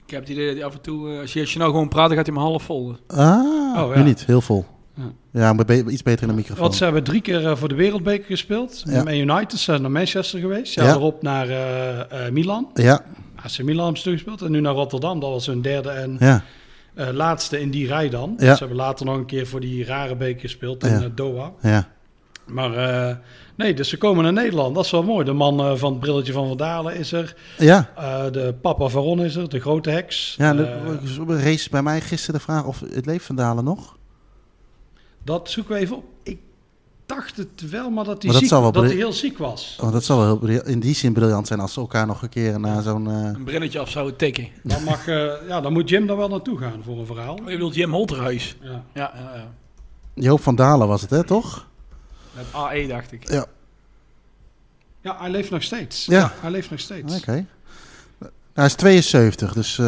E: Ik heb het idee dat hij af en toe, eh, als je, als je nou gewoon praat, dan gaat hij me half vol.
D: Ah,
C: Oh,
D: nu
C: ja.
D: niet. Heel vol.
C: Ja.
D: Ja, maar be- iets beter in de microfoon.
C: Want ze hebben drie keer eh, voor de Wereldbeker gespeeld.
D: Ja.
C: Met United zijn ze naar Manchester geweest. Ja,
D: Ja.
C: erop naar eh, eh, Milan.
D: Ja,
C: AC Milan hebben ze gespeeld. En nu naar Rotterdam. Dat was hun derde en
D: ja.
C: eh, laatste in die rij dan.
D: Ja.
C: Ze hebben later nog een keer voor die rare beker gespeeld in
D: Ja.
C: eh, Doha.
D: Ja,
C: Maar eh, nee, dus ze komen naar Nederland. Dat is wel mooi. De man eh, van het brilletje van Van Dalen is er.
D: ja.
C: Eh, de papa Varon is er. De grote heks.
D: ja de,
C: Eh,
D: race bij mij gisteren de vraag of het leeft van Dalen nog.
C: dat zoeken we even op. Ik dacht het wel, maar dat hij,
D: Maar dat
C: ziek,
D: zou wel
C: dat hij
D: bri-
C: heel ziek was.
D: Want Oh, dat zal wel heel bril- in die zin briljant zijn als ze elkaar nog een keer na zo'n... eh,
E: Een brilletje af zou tikken.
C: Dan, mag, eh, ja, dan moet Jim daar wel naartoe gaan voor een verhaal.
E: Je bedoelt Jim Holterhuis.
C: Ja.
E: Ja, ja, ja.
D: Joop van Dalen was het, hè, toch?
E: met AE dacht ik.
D: Ja.
C: ja, hij leeft nog steeds.
D: Ja.
C: hij leeft nog steeds.
D: Oké. Hij is 72, dus... eh,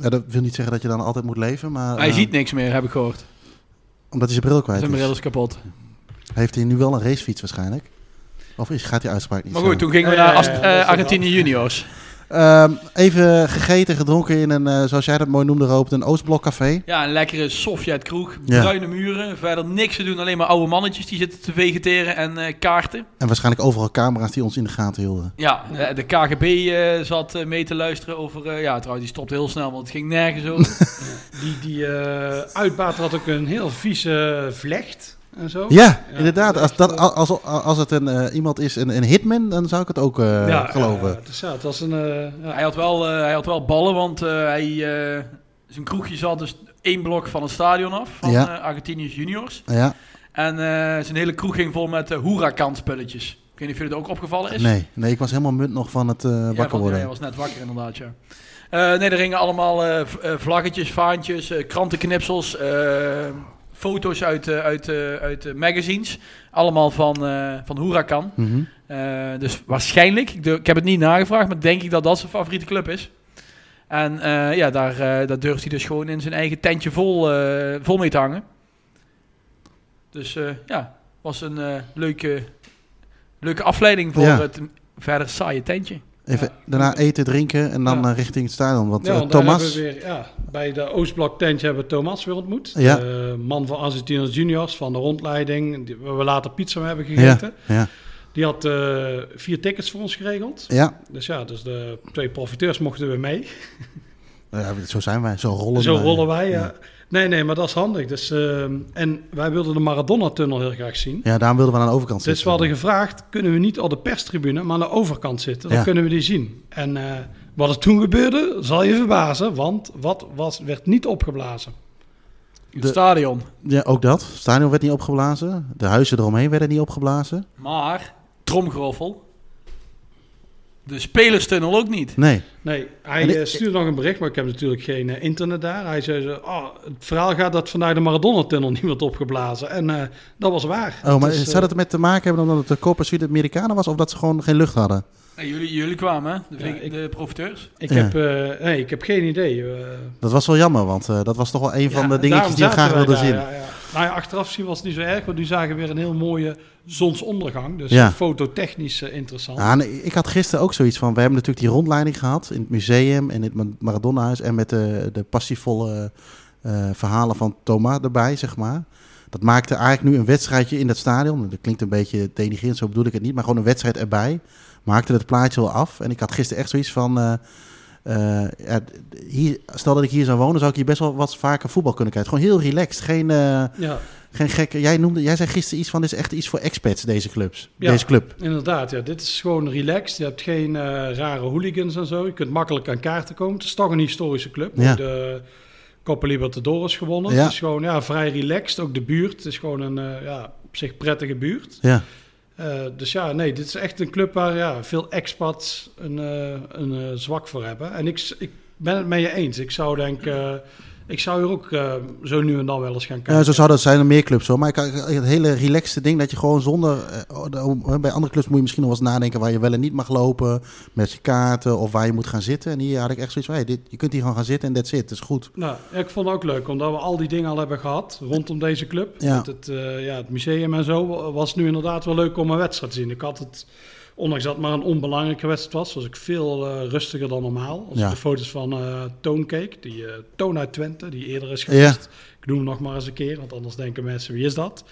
D: ja, dat wil niet zeggen dat je dan altijd moet leven, maar...
E: Ah, Hij
D: eh,
E: ziet niks meer, heb ik gehoord.
D: Omdat hij zijn bril kwijt
E: Zijn
D: is.
E: bril is kapot.
D: Heeft hij nu wel een racefiets waarschijnlijk? Of is, gaat die uitspraak niet
E: Maar
D: zo?
E: goed, toen gingen we
C: Ja, ja,
E: naar
C: ja,
E: Ast-
C: ja,
E: eh,
C: dat is
E: Argentinië Juniors.
D: Ehm, even gegeten, gedronken in een, eh, zoals jij dat mooi noemde, Roop, een Oostblokcafé.
E: Ja, een lekkere Sovjet kroeg.
D: Ja.
E: Bruine muren. Verder niks te doen. Alleen maar oude mannetjes die zitten te vegeteren en eh, kaarten.
D: En waarschijnlijk overal camera's die ons in de gaten hielden.
E: Ja, eh, de KGB eh, zat eh, mee te luisteren over... eh, ja, trouwens, die stopte heel snel, want het ging nergens over.
C: Die, die eh, uitbater had ook een heel vieze vlecht en zo.
E: Oh.
D: Ja,
C: Ja,
D: inderdaad.
C: dat
D: Als,
C: is
D: dat,
C: wel-
D: als, als het een, eh, iemand is, een, een hitman, dan zou ik het ook eh,
C: Ja,
D: geloven.
C: ja, het is- ja, het was een... eh, ja.
E: hij, had wel, eh, hij had wel ballen, want eh, hij, eh, zijn kroegje zat dus één blok van het stadion af. Van
D: Ja.
E: eh, Argentinië Juniors.
D: Ja,
E: En eh, zijn hele kroeg ging vol met eh Huracan-spulletjes. Ik weet niet of jullie het ook opgevallen is.
D: nee, nee, ik was helemaal munt nog van het eh,
E: Ja,
D: wakker
E: want
D: worden.
E: Hij was net wakker inderdaad, ja. Eh, nee, er hingen allemaal eh, v- eh, vlaggetjes, vaantjes, eh, krantenknipsels, eh, foto's uit, eh, uit, eh, uit eh, magazines. Allemaal van, eh van Huracan.
D: Mhm.
E: Eh, dus waarschijnlijk, ik, durf- ik heb het niet nagevraagd, maar denk ik dat dat zijn favoriete club is. En eh, ja, daar, eh, daar durft hij dus gewoon in zijn eigen tentje vol, eh, vol mee te hangen. Dus eh, ja, was een eh, leuke, leuke afleiding voor
D: Ja.
E: het verder saaie tentje.
D: Even
C: Ja.
D: daarna eten, drinken en dan
C: Ja.
D: eh, richting het stadion. Want
C: Ja,
D: eh,
C: want daar
D: Thomas,
C: hebben we weer, ja, bij de Oostblok tentje hebben we Thomas weer ontmoet.
D: Ja.
C: De man van Argentinos Juniors, van de rondleiding, die, waar we later pizza mee hebben gegeten.
D: ja, ja,
C: Die had eh, vier tickets voor ons geregeld.
D: ja.
C: Dus ja, dus de twee profiteurs mochten we mee.
D: Ja, zo zijn wij, zo rollen
C: Zo
D: wij.
C: rollen wij. ja. Nee, nee, maar dat is handig. Dus, ehm, en wij wilden de Maradona-tunnel heel graag zien.
D: Ja, daarom wilden we aan de overkant
C: Dus
D: zitten.
C: we hadden gevraagd, kunnen we niet op de perstribune, maar aan de overkant zitten? Dan
D: Ja.
C: kunnen we die zien. En eh, wat er toen gebeurde, zal je verbazen, want wat was, werd niet opgeblazen.
E: Het
D: De-
E: stadion.
D: Ja, ook dat. Het stadion werd niet opgeblazen. De huizen eromheen werden niet opgeblazen.
E: Maar, tromgeroffel. De spelerstunnel ook niet.
D: Nee.
C: Nee, hij
D: En ik-
C: eh, stuurde nog een bericht, maar ik heb natuurlijk geen eh, internet daar. Hij zei, zo, oh, het verhaal gaat dat vandaag de Maradona-tunnel niet wordt opgeblazen. En eh, dat was waar.
D: Oh, maar
C: Het is, eh,
D: zou dat ermee te maken hebben omdat het de Copa Sudamericana was of dat ze gewoon geen lucht hadden?
E: Nee, jullie, jullie kwamen, hè? De,
C: Ja,
E: vlie-
C: ik-
E: de profiteurs.
C: ik,
D: Ja.
C: heb, eh, nee, ik heb geen idee. eh.
D: Dat was wel jammer, want eh, dat was toch wel een van de
C: Ja,
D: dingetjes
C: daarom
D: die we graag
C: zaten wij
D: wilden
C: daar,
D: zien.
C: Ja, ja. Nou ja, achteraf zien was het niet zo erg, want nu zagen we weer een heel mooie zonsondergang. Dus
D: Ja. Ah.
C: fototechnisch eh, interessant.
D: Ja, nee, ik had gisteren ook zoiets van, we hebben natuurlijk die rondleiding gehad in het museum en in het Ma- Maradonahuis en met de, de passievolle eh, verhalen van Thomas erbij, zeg maar. Dat maakte eigenlijk nu een wedstrijdje in dat stadion. Dat klinkt een beetje denigrerend, zo bedoel ik het niet, maar gewoon een wedstrijd erbij. Maakte het plaatje wel af. En ik had gisteren echt zoiets van, eh, eh, ja, d- hier, stel dat ik hier zou wonen, zou ik hier best wel wat vaker voetbal kunnen kijken. Gewoon heel relaxed, geen, eh,
C: Ja,
D: geen gekke... Jij, noemde, jij zei gisteren iets van, dit is echt iets voor expats, deze, clubs,
C: Ja.
D: deze club.
C: inderdaad. Ja. Dit is gewoon relaxed. Je hebt geen eh, rare hooligans en zo. Je kunt makkelijk aan kaarten komen. Het is toch een historische club.
D: Ja.
C: De Copa Libertadores gewonnen.
D: Ja.
C: Het is gewoon ja, vrij relaxed. Ook de buurt. Het is gewoon een eh, ja, op zich prettige buurt.
D: Ja.
C: Eh, dus ja, nee, dit is echt een club waar ja, veel expats een, eh, een eh, zwak voor hebben. En ik, s- ik ben het met je eens. Ik zou denk, eh, ik zou hier ook eh, zo nu en dan wel eens gaan kijken.
D: Ja, Eh, zo zou dat zijn in meer clubs hoor. Maar ik, het hele relaxte ding dat je gewoon zonder... eh, oh, de- Bij andere clubs moet je misschien nog wel eens nadenken waar je wel en niet mag lopen. Met je kaarten of waar je moet gaan zitten. En hier had ik echt zoiets van, hey, dit, je kunt hier gewoon gaan zitten en that's it. Dat is goed.
C: Nou, ja, ik vond het ook leuk, omdat we al die dingen al hebben gehad rondom deze club.
D: Ja.
C: Met het, eh, ja, het museum en zo wa- was het nu inderdaad wel leuk om een wedstrijd te zien. Ik had het, ondanks dat het maar een onbelangrijke wedstrijd was, was ik veel eh, rustiger dan normaal. Als
D: Ja.
C: ik de foto's van eh Toon keek, die eh, Toon uit Twente, die eerder is
D: Ja.
C: geweest. Ik noem hem nog maar eens een keer, want anders denken mensen, wie is dat?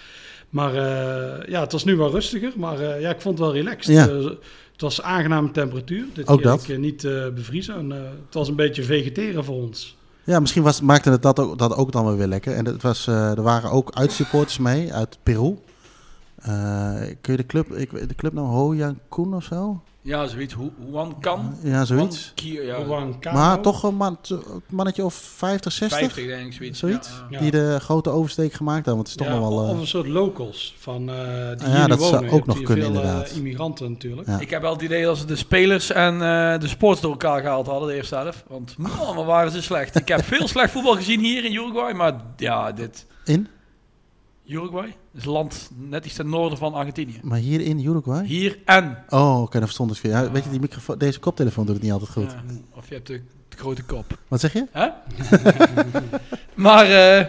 C: Maar eh, ja, het was nu wel rustiger, maar eh, ja, ik vond het wel relaxed.
D: Ja.
C: Eh, het was aangename temperatuur, dit
D: Ook
C: keer
D: dat.
C: een keer niet eh, bevriezen. En, eh, het was een beetje vegeteren voor ons.
D: Ja, misschien was, maakte het dat ook, dat ook dan wel weer lekker. En het was, eh, er waren ook uitsupporters mee uit Peru. Eh, kun je de club, ik, weet- de club nou Hoyancun of zo?
E: Ja, zoiets. Hu- Juan kan.
D: Ja, zoiets.
E: Kier, ja.
C: Juan Cano.
D: Maar toch een man- een mannetje of 50, 60?
E: 50 denk ik, zoiets.
D: Zoiets?
E: Ja,
C: ja.
D: Die de grote oversteek gemaakt hebben. Want het is toch
C: Ja,
D: nog wel... eh, Ah
C: Of een soort locals van eh die
D: ja,
C: hier nu
D: dat zou
C: wonen. Je
D: ook
C: hebt
D: nog
C: hier
D: kunnen,
C: veel, eh,
D: inderdaad.
C: immigranten natuurlijk.
D: Ja.
E: Ik heb wel het idee dat ze de spelers en eh, de sports door elkaar gehaald hadden, de eerste helft. Want man, wat waren ze slecht. Ik heb veel slecht voetbal gezien hier in Uruguay, maar ja, dit...
D: In?
E: Uruguay? Dat is land net iets ten noorden van Argentinië.
D: Maar hier in Uruguay?
E: Hier en...
D: Oh, oké, dan verstond ik het weer. Ja, weet je, die microfo- deze koptelefoon doet het niet altijd goed.
E: Ja, eh, of je hebt de, de grote kop.
D: Wat zeg je?
E: Hè? maar eh,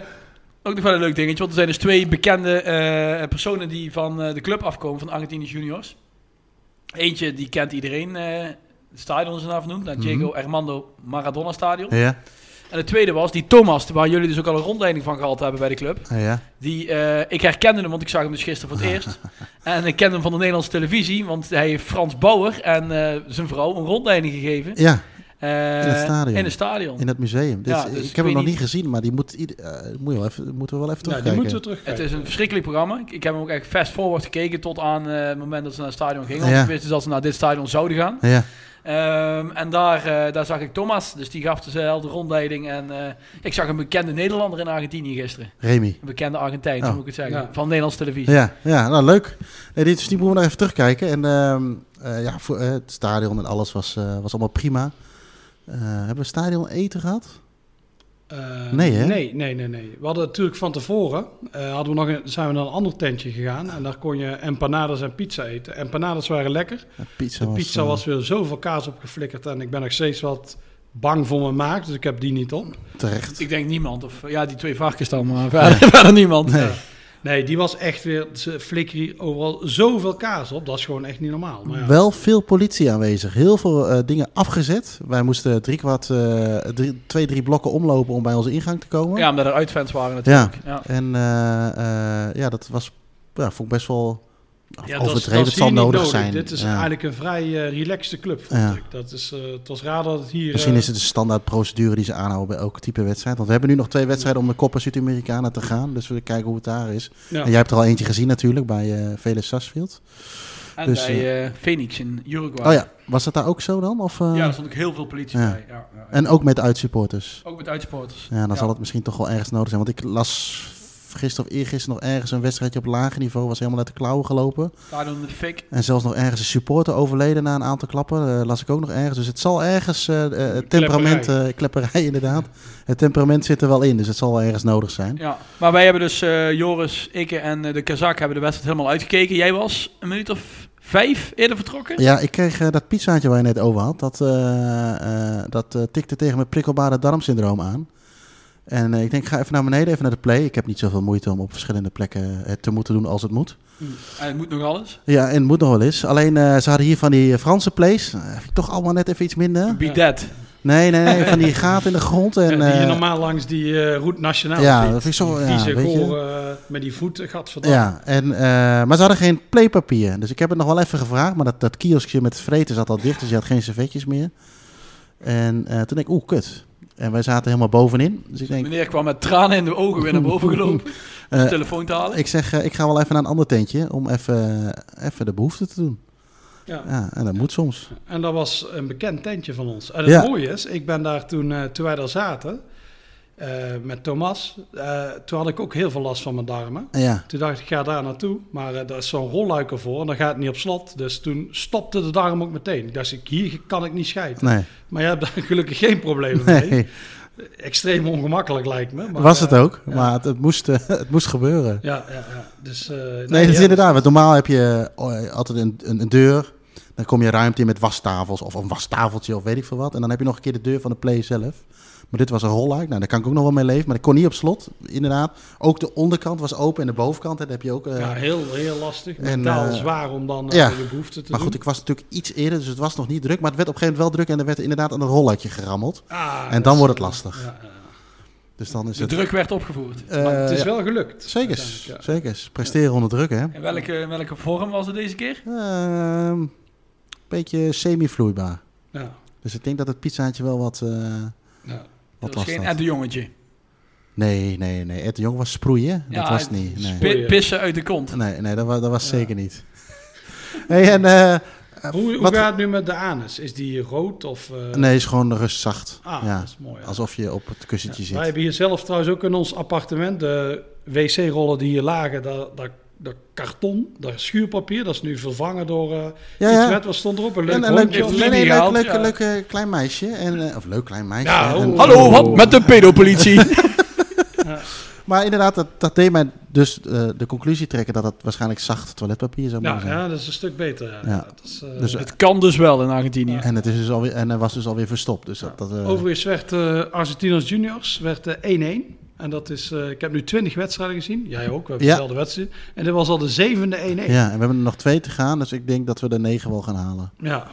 E: ook nog wel een leuk dingetje, want er zijn dus twee bekende eh, personen die van eh, de club afkomen, van Argentinië Juniors. Eentje, die kent iedereen. eh het stadion is ernaar vernoemd, naar
D: Mhm.
E: Diego Armando Maradona Stadion.
D: Ja,
E: En het tweede was die Thomas, waar jullie dus ook al een rondleiding van gehad hebben bij de club.
D: ja.
E: Die, eh, ik herkende hem, want ik zag hem dus gisteren voor het eerst. En ik kende hem van de Nederlandse televisie, want hij heeft Frans Bauer en eh, zijn vrouw een rondleiding gegeven.
D: Ja,
E: Eh,
D: In het stadion.
E: In het stadion.
D: in het museum. Dit is-
E: Ja, dus
D: ik
E: ik
D: heb hem
E: weet
D: nog niet
E: niet-
D: gezien, maar die moet ieder- eh, moet je wel even, moeten we wel
C: Ja,
D: even terugkijken.
C: Nou, die moeten we terugkijken.
E: Het is een verschrikkelijk programma. Ik, ik heb hem ook echt fast forward gekeken tot aan eh, het moment dat ze naar het stadion gingen. Want
D: Ja.
E: ik wist dus dat ze naar dit stadion zouden gaan.
D: Ja,
E: Ehm, en daar, eh, daar zag ik Thomas, dus die gaf dezelfde rondleiding. En eh, ik zag een bekende Nederlander in Argentinië gisteren.
D: Remy.
E: Een bekende Argentijn,
D: Oh.
E: zo moet ik het zeggen.
C: Ja.
E: Van Nederlandse televisie.
D: Ja, ja, nou leuk. Nee, dit is, die moeten we nog even terugkijken. En ehm, eh, ja, voor, eh, het stadion en alles was, eh, was allemaal prima. Eh, hebben we stadion eten gehad?
C: Eh,
D: Nee, hè?
C: Nee, nee, nee, nee. We hadden natuurlijk van tevoren, eh, hadden we nog een, zijn we naar een ander tentje gegaan. En daar kon je empanadas en pizza eten. Empanadas waren lekker.
D: Ja, pizza
C: De
D: was...
C: pizza
D: eh,
C: was weer zoveel kaas opgeflikkerd. En ik ben nog steeds wat bang voor mijn maag, dus ik heb die niet op.
D: Terecht.
E: Ik denk niemand. Of, ja, die twee varkens dan, maar verder, verder niemand.
D: Nee.
E: Ja.
C: Nee, die was echt weer, ze flikker hier overal zoveel kaas op. Dat is gewoon echt niet normaal. Maar ja,
D: Wel veel politie aanwezig. Heel veel eh, dingen afgezet. Wij moesten drie kwart, eh, drie- twee, drie blokken omlopen om bij onze ingang te komen.
E: Ja, omdat er uitfans waren natuurlijk. Ja.
D: En eh, eh, ja, dat was, ja, vond ik best wel
C: Ja, dat is-
D: overdreven.
C: dat
D: het
C: is
D: zal
C: hier niet
D: nodig zijn.
C: Dit is
D: Ja.
C: eigenlijk een vrij eh relaxte club, vond
D: Ja.
C: ik. Dat is, eh, het was raar dat het hier...
D: Misschien
C: eh,
D: is het de standaardprocedure die ze aanhouden bij elke type wedstrijd. Want we hebben nu nog twee wedstrijden om de Copa Zuid-Americana te gaan. Dus we kijken hoe het daar is.
C: ja.
D: En jij hebt er al eentje gezien natuurlijk bij eh Vele Sarsfield.
E: En
D: Dus,
E: bij eh, Phoenix in Uruguay.
D: Oh ja, was dat daar ook zo dan? Of, eh,
E: Ja, daar stond ook heel veel politie
D: Ja.
E: bij. Ja, ja.
D: En ook met uitsupporters.
E: Ook met uitsporters.
D: Ja, dan zal het misschien toch wel ergens nodig zijn. Want ik las gisteren of eergisteren nog ergens een wedstrijdje op lager niveau. Was helemaal uit de klauwen gelopen.
E: Stadion de Fik.
D: En zelfs nog ergens een supporter overleden na een aantal klappen. eh, las ik ook nog ergens. Dus het zal ergens eh, eh, het temperament, eh, klepperij inderdaad. Het temperament zit er wel in. Dus het zal wel ergens nodig zijn.
E: Ja. Maar wij hebben dus, eh, Joris, ik en eh, de Kazak hebben de wedstrijd helemaal uitgekeken. Jij was een minuut of vijf eerder vertrokken.
D: Ja, ik kreeg eh, dat pizzaatje waar je net over had. Dat, eh, eh, dat eh, tikte tegen mijn prikkelbare darmsyndroom aan. En eh, ik denk, ga even naar beneden, even naar de play. Ik heb niet zoveel moeite om op verschillende plekken het te moeten doen als het moet.
E: En Eh, het moet nog alles.
D: Ja, en het moet nog wel eens. Alleen, eh, ze hadden hier van die Franse plays. Eh, vind ik toch allemaal net even iets minder.
E: Be dead.
D: Nee, nee, nee, van die gaten in de grond. En,
C: Ja, die je
D: eh,
C: normaal langs die eh route nationaal
D: Ja,
C: ziet.
D: dat vind ik zo-
C: Die
D: ja,
C: vieze
D: weet je.
C: goor, eh, met die voet gat
D: Ja, en, eh, maar ze hadden geen playpapier. Dus ik heb het nog wel even gevraagd. Maar dat, dat kioskje met vreten zat al dicht. Dus je had geen servetjes meer. En eh, toen denk ik, oeh, kut. En wij zaten helemaal bovenin. Dus ik denk,
E: Meneer kwam met tranen in de ogen weer naar boven gelopen. om zijn
D: eh,
E: telefoon te halen.
D: ik zeg, eh, ik ga wel even naar een ander tentje. Om even, eh, even de behoefte te doen.
C: Ja.
D: Ja, en dat moet soms.
C: En dat was een bekend tentje van ons. En het
D: Ja.
C: mooie is, ik ben daar toen, eh, toen wij daar zaten, eh, met Thomas, eh, toen had ik ook heel veel last van mijn darmen.
D: Ja,
C: Toen dacht ik, ik ga daar naartoe, maar eh, daar is zo'n rolluiker voor en dan gaat het niet op slot. Dus toen stopte de darm ook meteen. Ik dacht, ik- hier kan ik niet scheiden.
D: nee.
C: Maar jij hebt daar gelukkig geen problemen mee.
D: nee.
C: Extreem ongemakkelijk lijkt me. Maar,
D: Was het
C: eh,
D: ook. Maar het, het moest, eh, het moest gebeuren.
C: Ja, ja, ja. Dus, eh,
D: Nee, dat is
C: ja,
D: inderdaad. Want normaal heb je eh, altijd een, een, een deur. Dan kom je ruimte in met wastafels of een wastafeltje of weet ik veel wat. En dan heb je nog een keer de deur van de play zelf. Maar dit was een rolluik. Nou, daar kan ik ook nog wel mee leven. Maar ik kon niet op slot, inderdaad. Ook de onderkant was open en de bovenkant. Daar heb je ook... eh,
C: Ja, heel, heel lastig.
D: En,
C: Mentaal
D: eh,
C: zwaar om dan eh,
D: ja.
C: je behoefte te
D: maar
C: doen.
D: goed, ik was natuurlijk iets eerder, dus het was nog niet druk. Maar het werd op een gegeven moment wel druk en er werd inderdaad aan een rolluikje gerammeld.
C: Ah,
D: en dan
C: dat is-
D: wordt het lastig.
C: ja, ja.
D: Dus dan is
E: De
D: het...
E: druk werd opgevoerd.
D: eh,
C: Maar het is
D: ja.
C: wel gelukt.
D: Zeker,
C: uiteindelijk, ja.
D: zeker. Presteren onder druk, hè.
E: In welke, in welke vorm was het deze keer?
D: Ehm beetje semi-vloeibaar.
C: Ja,
D: Dus ik denk dat het pizzaatje wel wat... eh,
C: ja.
E: Dat was
D: Wat was
E: geen
D: dat?
E: Ed de Jongetje.
D: Nee, nee, nee. Ed de Jong was sproeien.
E: Ja,
D: dat was het niet. Nee,
E: Pi- pissen uit de kont.
D: nee, nee dat, was, dat was zeker niet. Hey, en eh, eh,
C: Hoe, hoe
D: wat-
C: gaat het nu met de anus? Is die rood of... eh,
D: Nee, is gewoon rust zacht.
C: Ah,
D: ja.
C: dat is mooi. ja.
D: Alsof je op het kussentje
C: Wij
D: zit.
C: hebben hier zelf trouwens ook in ons appartement de wc-rollen die hier lagen, dat, dat, dat karton, dat schuurpapier, dat is nu vervangen door eh
D: Ja,
C: iets
D: ja.
C: met wat stond erop. Een leuk
D: En een
C: hondje
D: leuk,
C: of
E: heeft
D: nee, nee,
E: Libby
D: leuk,
E: gehaald,
D: leuk,
E: ja.
D: leuk, eh, klein meisje. En, eh, of leuk klein meisje.
C: Ja,
D: en-
C: oh.
E: Hallo, wat met de pedopolitie?
D: Maar inderdaad, dat, dat deed mij dus eh, de conclusie trekken dat het waarschijnlijk zacht toiletpapier zou
C: Ja,
D: moeten zijn.
C: ja, dat is een stuk beter. Ja.
D: Ja.
C: Dat is, eh,
D: Dus, eh,
E: Het kan dus wel in Argentinië.
D: En, het is dus alweer, en hij was dus alweer verstopt. Dus dat, dat, eh,
C: Overigens werd eh Argentinos Juniors werd, eh, 1-1. En dat is, eh, ik heb nu 20 wedstrijden gezien. Jij ook, we hebben
D: Ja.
C: dezelfde wedstrijd. En dit was al de zevende 1-1. Ja,
D: ja, en we hebben er nog twee te gaan, dus ik denk dat we de negen wel gaan halen.
C: ja.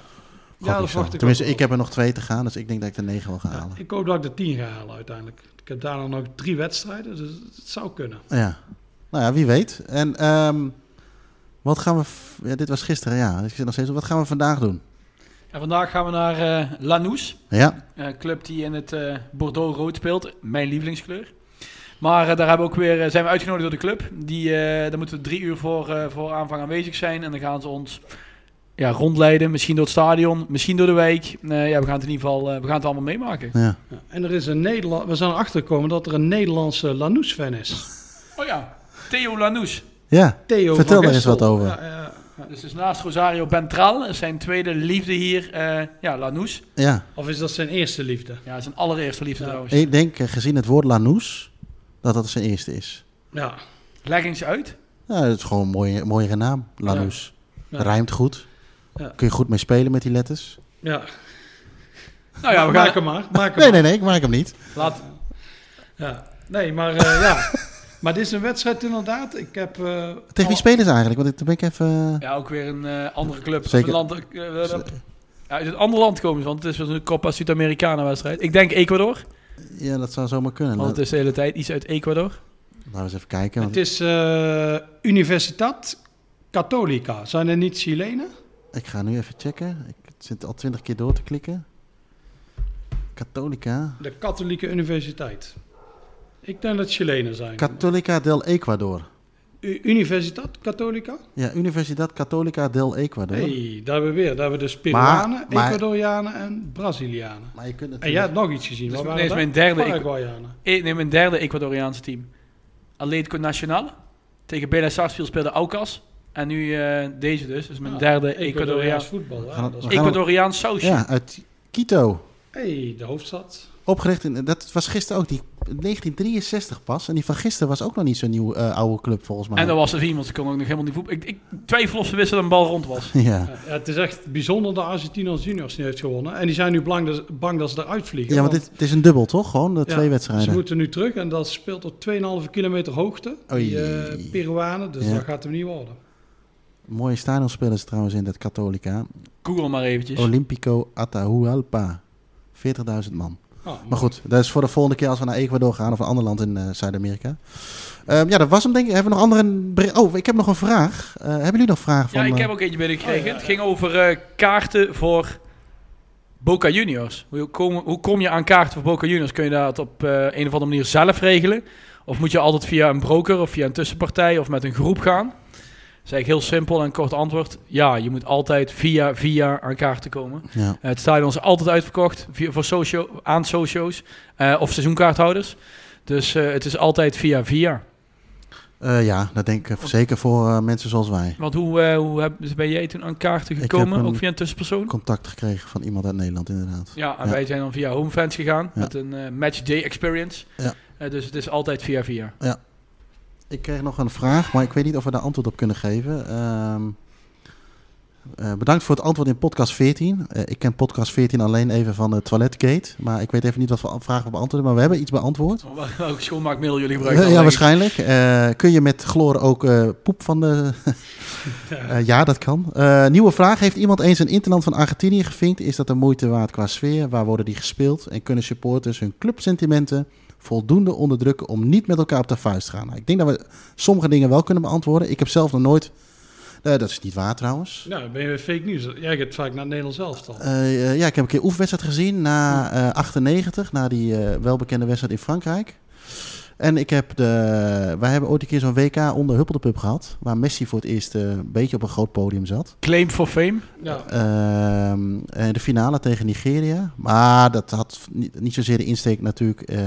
D: Gok
C: dat
D: zo.
C: verwacht ik
D: Tenminste,
C: ook wel.
D: ik heb er nog twee te gaan, dus ik denk dat ik de negen wil gaan
C: Ja,
D: halen.
C: ik hoop dat ik de 10 ga halen uiteindelijk. Ik heb daarna nog drie wedstrijden, dus het zou kunnen.
D: Ja. Nou ja, wie weet. En ehm, wat gaan we... v- Ja, dit was gisteren, ja. Ik zit nog steeds op. Wat gaan we vandaag doen?
E: En vandaag gaan we naar eh, Lanús.
D: Ja,
E: Een club die in het eh, Bordeaux-rood speelt. Mijn lievelingskleur. Maar eh, daar hebben we ook weer, eh, zijn we uitgenodigd door de club. Die, eh, daar moeten we drie uur voor, eh, voor aanvang aanwezig zijn. En dan gaan ze ons ja, rondleiden. Misschien door het stadion, misschien door de wijk. Eh, ja, we gaan het in ieder geval eh, we gaan het allemaal meemaken.
D: ja.
C: Ja, En er is een Nederland, we zijn erachter gekomen dat er een Nederlandse Lanús-fan is.
E: Oh ja, Theo Lanús.
D: Ja,
C: Theo
D: Vertel
C: van
D: daar eens
C: Gestel.
D: wat over.
C: Ja, ja, ja.
E: Dus, dus naast Rosario Bentral, zijn tweede liefde hier, eh ja, Lanús.
D: ja.
C: Of is dat zijn eerste liefde?
E: Ja, zijn allereerste liefde
C: Ja.
E: trouwens.
D: Ik denk, eh, gezien het woord Lanús, dat dat zijn eerste is.
C: Ja.
E: Leg eens uit.
D: Ja, dat is gewoon een mooie, mooiere naam, Lanús.
C: Ja.
D: Rijmt goed.
C: Ja.
D: Kun je goed mee spelen met die letters?
C: ja.
E: Nou ja, we gaan,
C: Maak hem maar. Maak hem
D: Nee, nee, nee, ik maak hem niet.
E: Laat,
C: maar. Ja. Nee, maar eh, ja. Maar dit is een wedstrijd inderdaad. Ik heb... eh,
D: Tegen
C: al-
E: Oh.
D: wie spelen ze eigenlijk? Want ik, dan ben ik even...
E: ja, ook weer een eh, andere club.
D: Zeker.
E: Een land, eh, eh, ja, uit het andere land komen ze, want het is wel een Copa Sudamericana wedstrijd. Ik denk Ecuador,
D: Ja, dat zou zomaar kunnen.
E: want het
D: Laten
E: is de hele tijd iets uit
C: Dus
E: Ecuador.
D: we eens even kijken.
C: Het
D: Want
C: is eh Universitat Catholica. Zijn er niet Chilenen?
D: Ik ga nu even checken. Ik zit al twintig keer door te klikken. Catholica.
C: De katholieke universiteit. Ik denk dat Chilenen zijn.
D: Catholica del Ecuador.
C: U- Universitat Catholica?
D: Ja, Universidad Catholica del Ecuador.
C: hey, daar hebben we weer. Daar hebben we dus Peruanen,
D: maar-
C: Ecuadorianen en Brazilianen.
D: Maar je kunt
C: En jij
D: natuurlijk...
C: hebt nog iets gezien.
E: Dus
C: Wat
E: nee, is
C: waren
E: mijn derde.
C: dat?
E: Ik
C: Paraguayanen.
E: ik neem een derde Ecuadoriaanse team. Atletico Nacional. Tegen Bela Sarsfield speelde Aucas. En nu eh, deze dus, dus mijn
C: Ah,
E: derde
C: Ecuadoriaans
E: Ecuadoriaans.
C: voetbal.
D: Gaan
C: Ja,
D: we-
C: dat
D: we
C: is...
D: gaan-
E: Ecuadoriaans sausje.
D: Ja, uit Quito.
C: hey, de hoofdstad.
D: Opgericht in... Dat was gisteren ook die 1963 pas. En die van gisteren was ook nog niet zo'n nieuw eh, oude club volgens mij.
E: En dat was er iemand, ze kon ook nog helemaal niet voetballen. Ik, ik twijfel of ze wisten dat een bal rond was.
D: Ja.
C: Ja, het is echt bijzonder dat Argentinos Juniors niet heeft gewonnen. En die zijn nu bang dat, bang dat ze eruit vliegen.
D: Ja, want dit, het is een dubbel toch? Gewoon de
C: Ja,
D: twee
C: Ze
D: wedstrijden.
C: moeten nu terug en dat speelt op 2,5 kilometer hoogte.
D: Oei.
C: Die eh, Peruanen, dus
D: Ja.
C: dat gaat hem niet worden.
D: Mooie stadionspelers trouwens in dat Catholica.
E: Google maar eventjes.
D: Olimpico Atahualpa. 40.000 man.
C: Ah,
D: Maar goed, dat is voor de volgende keer als we naar Ecuador gaan of een ander land in eh, Zuid-Amerika. Ehm, ja, dat was hem denk ik. Hebben we nog andere... beri- Oh, ik heb nog een vraag. Eh, hebben jullie nog vragen van...
E: ja, ik
D: eh,
E: heb ook eentje binnengekregen.
C: Oh, ja, ja.
E: Het ging over eh, kaarten voor Boca Juniors. Hoe kom, hoe kom je aan kaarten voor Boca Juniors? Kun je dat op eh, een of andere manier zelf regelen? Of moet je altijd via een broker of via een tussenpartij of met een groep gaan? Dat is eigenlijk heel simpel en kort antwoord. Ja, je moet altijd via via aan kaarten komen.
D: Ja.
E: Eh, Het stadion is altijd uitverkocht via, voor socio, aan socio's eh, of seizoenkaarthouders. Dus eh, het is altijd via via.
D: Eh, ja, dat denk ik eh, zeker voor eh, mensen zoals wij.
E: Want hoe, eh, hoe heb, ben jij toen aan kaarten
D: Ik heb
E: gekomen?
D: een-
E: Ook via een tussenpersoon?
D: Contact gekregen van iemand uit Nederland inderdaad.
E: Ja, en
D: Ja.
E: wij zijn dan via Homefans gegaan
D: Ja.
E: met een eh, match day experience.
D: Ja.
E: Eh, dus het is altijd via via.
D: Ik kreeg nog een vraag, maar ik weet niet of we daar antwoord op kunnen geven. Ehm, eh, bedankt voor het antwoord in podcast 14. Eh, ik ken podcast 14 alleen even van de toiletgate. Maar ik weet even niet wat voor vragen we beantwoorden. Maar we hebben iets beantwoord.
E: Wel- Welk schoonmaakmiddel jullie
D: Ja,
E: gebruiken? dan,
D: ja,
E: denk ik.
D: waarschijnlijk. Eh, kun je met chloor ook eh, poep van de... Eh, ja, dat kan. Eh, nieuwe vraag. Heeft iemand eens een interland van Argentinië gevinkt? Is dat de moeite waard qua sfeer? Waar worden die gespeeld? En kunnen supporters hun clubsentimenten voldoende onderdrukken om niet met elkaar op de vuist te gaan? Nou, ik denk dat we sommige dingen wel kunnen beantwoorden. Ik heb zelf nog nooit... Eh, dat is niet waar trouwens.
C: Nou, dan ben je weer fake nieuws. Jij gaat vaak naar Nederland zelf dan.
D: Eh, eh, ja, ik heb een keer oefenwedstrijd gezien na eh 98, na die eh, welbekende wedstrijd in Frankrijk. En ik heb de, wij hebben ooit een keer zo'n WK onder Huppeldepup gehad. Waar Messi voor het eerst eh, een beetje op een groot podium zat.
E: Claim for fame.
C: Ja.
D: Ehm, en de finale tegen Nigeria. Maar dat had niet, niet zozeer de insteek natuurlijk eh,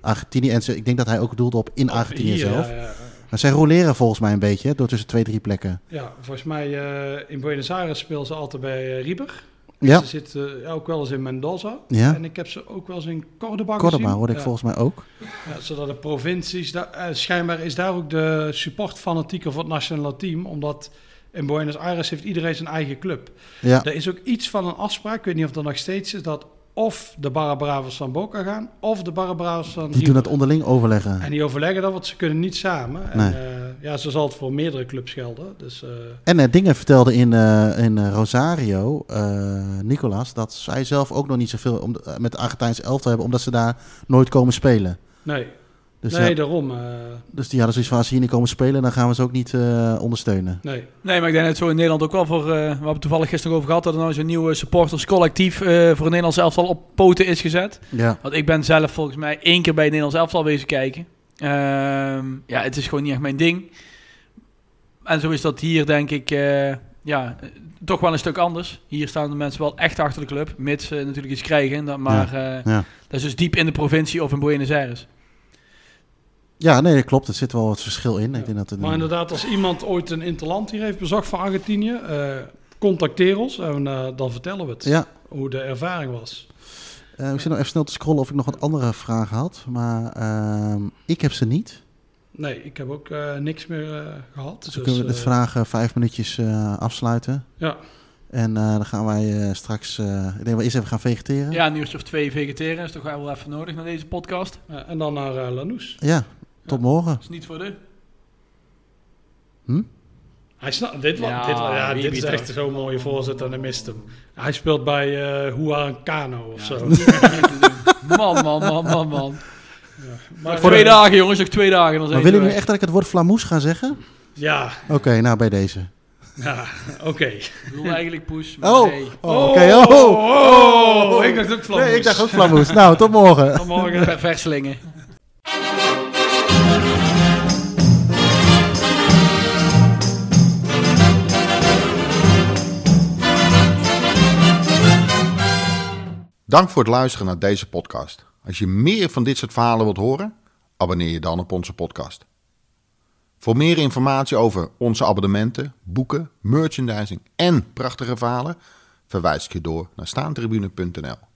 D: Argentinië. En ze- ik denk dat hij ook doelde op in Argentinië
C: Hier,
D: zelf.
C: Ja, ja, ja.
D: Maar zij roleren volgens mij een beetje hè, door tussen twee, drie plekken.
C: Ja, volgens mij eh, in Buenos Aires speelt ze altijd bij eh, Rieber.
D: Ja,
C: Ze zit eh, ja, ook wel eens in Mendoza.
D: ja.
C: En ik heb ze ook wel eens in Cordoba,
D: Cordoba
C: gezien.
D: hoorde ik
C: ja.
D: volgens mij ook.
C: Ja, zodat de provincies, daar, eh, schijnbaar is daar ook de support fanatieker voor het nationale team. Omdat in Buenos Aires heeft iedereen zijn eigen club.
D: Ja,
C: Er is ook iets van een afspraak, ik weet niet of dat nog steeds is, dat of de Barabravers van Boca gaan, of de Barabravers van
D: die doen
C: River.
D: dat onderling overleggen.
C: En die overleggen dat, want ze kunnen niet samen. En,
D: Nee.
C: eh, ja, zo zal het voor meerdere clubs gelden. Dus eh,
D: En eh, Dingen vertelde in, eh, in eh, Rosario, eh, Nicolas, dat zij zelf ook nog niet zoveel om, eh, met de Argentijnse elftal hebben, omdat ze daar nooit komen spelen.
C: nee,
D: Dus,
C: nee,
D: ja,
C: daarom. eh,
D: dus die hadden zoiets van, als ze hier niet komen spelen, dan gaan we ze ook niet eh, ondersteunen.
C: nee.
E: Nee, maar ik denk dat het zo in Nederland ook wel voor... eh, we hebben het toevallig gisteren over gehad dat er nou zo'n nieuw eh, supporterscollectief eh, voor het Nederlands elftal op poten is gezet.
D: Ja,
E: Want ik ben zelf volgens mij één keer bij het Nederlands elftal bezig kijken. Ehm, ja, het is gewoon niet echt mijn ding. En zo is dat hier denk ik eh, ja, eh, toch wel een stuk anders. Hier staan de mensen wel echt achter de club, mits ze natuurlijk iets krijgen. Dat, maar eh,
D: ja.
E: dat is dus diep in de provincie of in Buenos Aires.
D: ja nee, dat klopt. Er zit wel wat verschil in. Ik denk dat het,
C: Maar inderdaad, als iemand ooit een interland hier heeft bezocht van Argentinië, eh, contacteer ons en eh, dan vertellen we het.
D: ja,
C: Hoe de ervaring was.
D: Eh, ik zit nog even snel te scrollen of ik nog wat andere vragen had. Maar ehm, ik heb ze niet.
C: Nee, ik heb ook eh, niks meer eh, gehad.
D: Dus,
C: dus,
D: kunnen we
C: eh,
D: dit vragen vijf minuutjes eh, afsluiten.
C: Ja.
D: En eh, dan gaan wij eh, straks... eh, ik denk dat we eerst even gaan vegeteren.
E: Ja, een uurtje of twee vegeteren is toch wel even nodig naar deze podcast.
C: eh, en dan naar eh, Lanús.
D: Ja, tot morgen. Hm?
E: Dat is niet voor de...
C: Hij snapt, dit, wa-
E: Ja,
C: dit, wa- ja,
E: wie
C: dit is
E: biedt
C: echt zo'n mooie voorzet en hij mist hem. Hij speelt bij eh Huancano of zo.
E: Man, man, man, man, man.
C: Maar,
E: Twee
C: eh,
E: dagen, jongens, nog twee dagen. Dan
D: Maar
E: zijn we
D: willen jullie
E: weg.
D: echt dat ik het woord flamoes ga zeggen?
C: eh, Ja,
D: Oké, nou bij deze.
C: ja oké.
E: Ik bedoel eigenlijk poes. maar
D: Oh,
E: nee.
D: oh, oké. Oh, oh.
C: oh, ik dacht ook
D: Nee, ik
C: Flanders.
D: dacht ook flamoes. nou, tot morgen.
C: Tot morgen.
E: Per verslingen.
A: Dank voor het luisteren naar deze podcast. Als je meer van dit soort verhalen wilt horen, abonneer je dan op onze podcast. Voor meer informatie over onze abonnementen, boeken, merchandising en prachtige verhalen, verwijs ik je door naar staantribune.nl.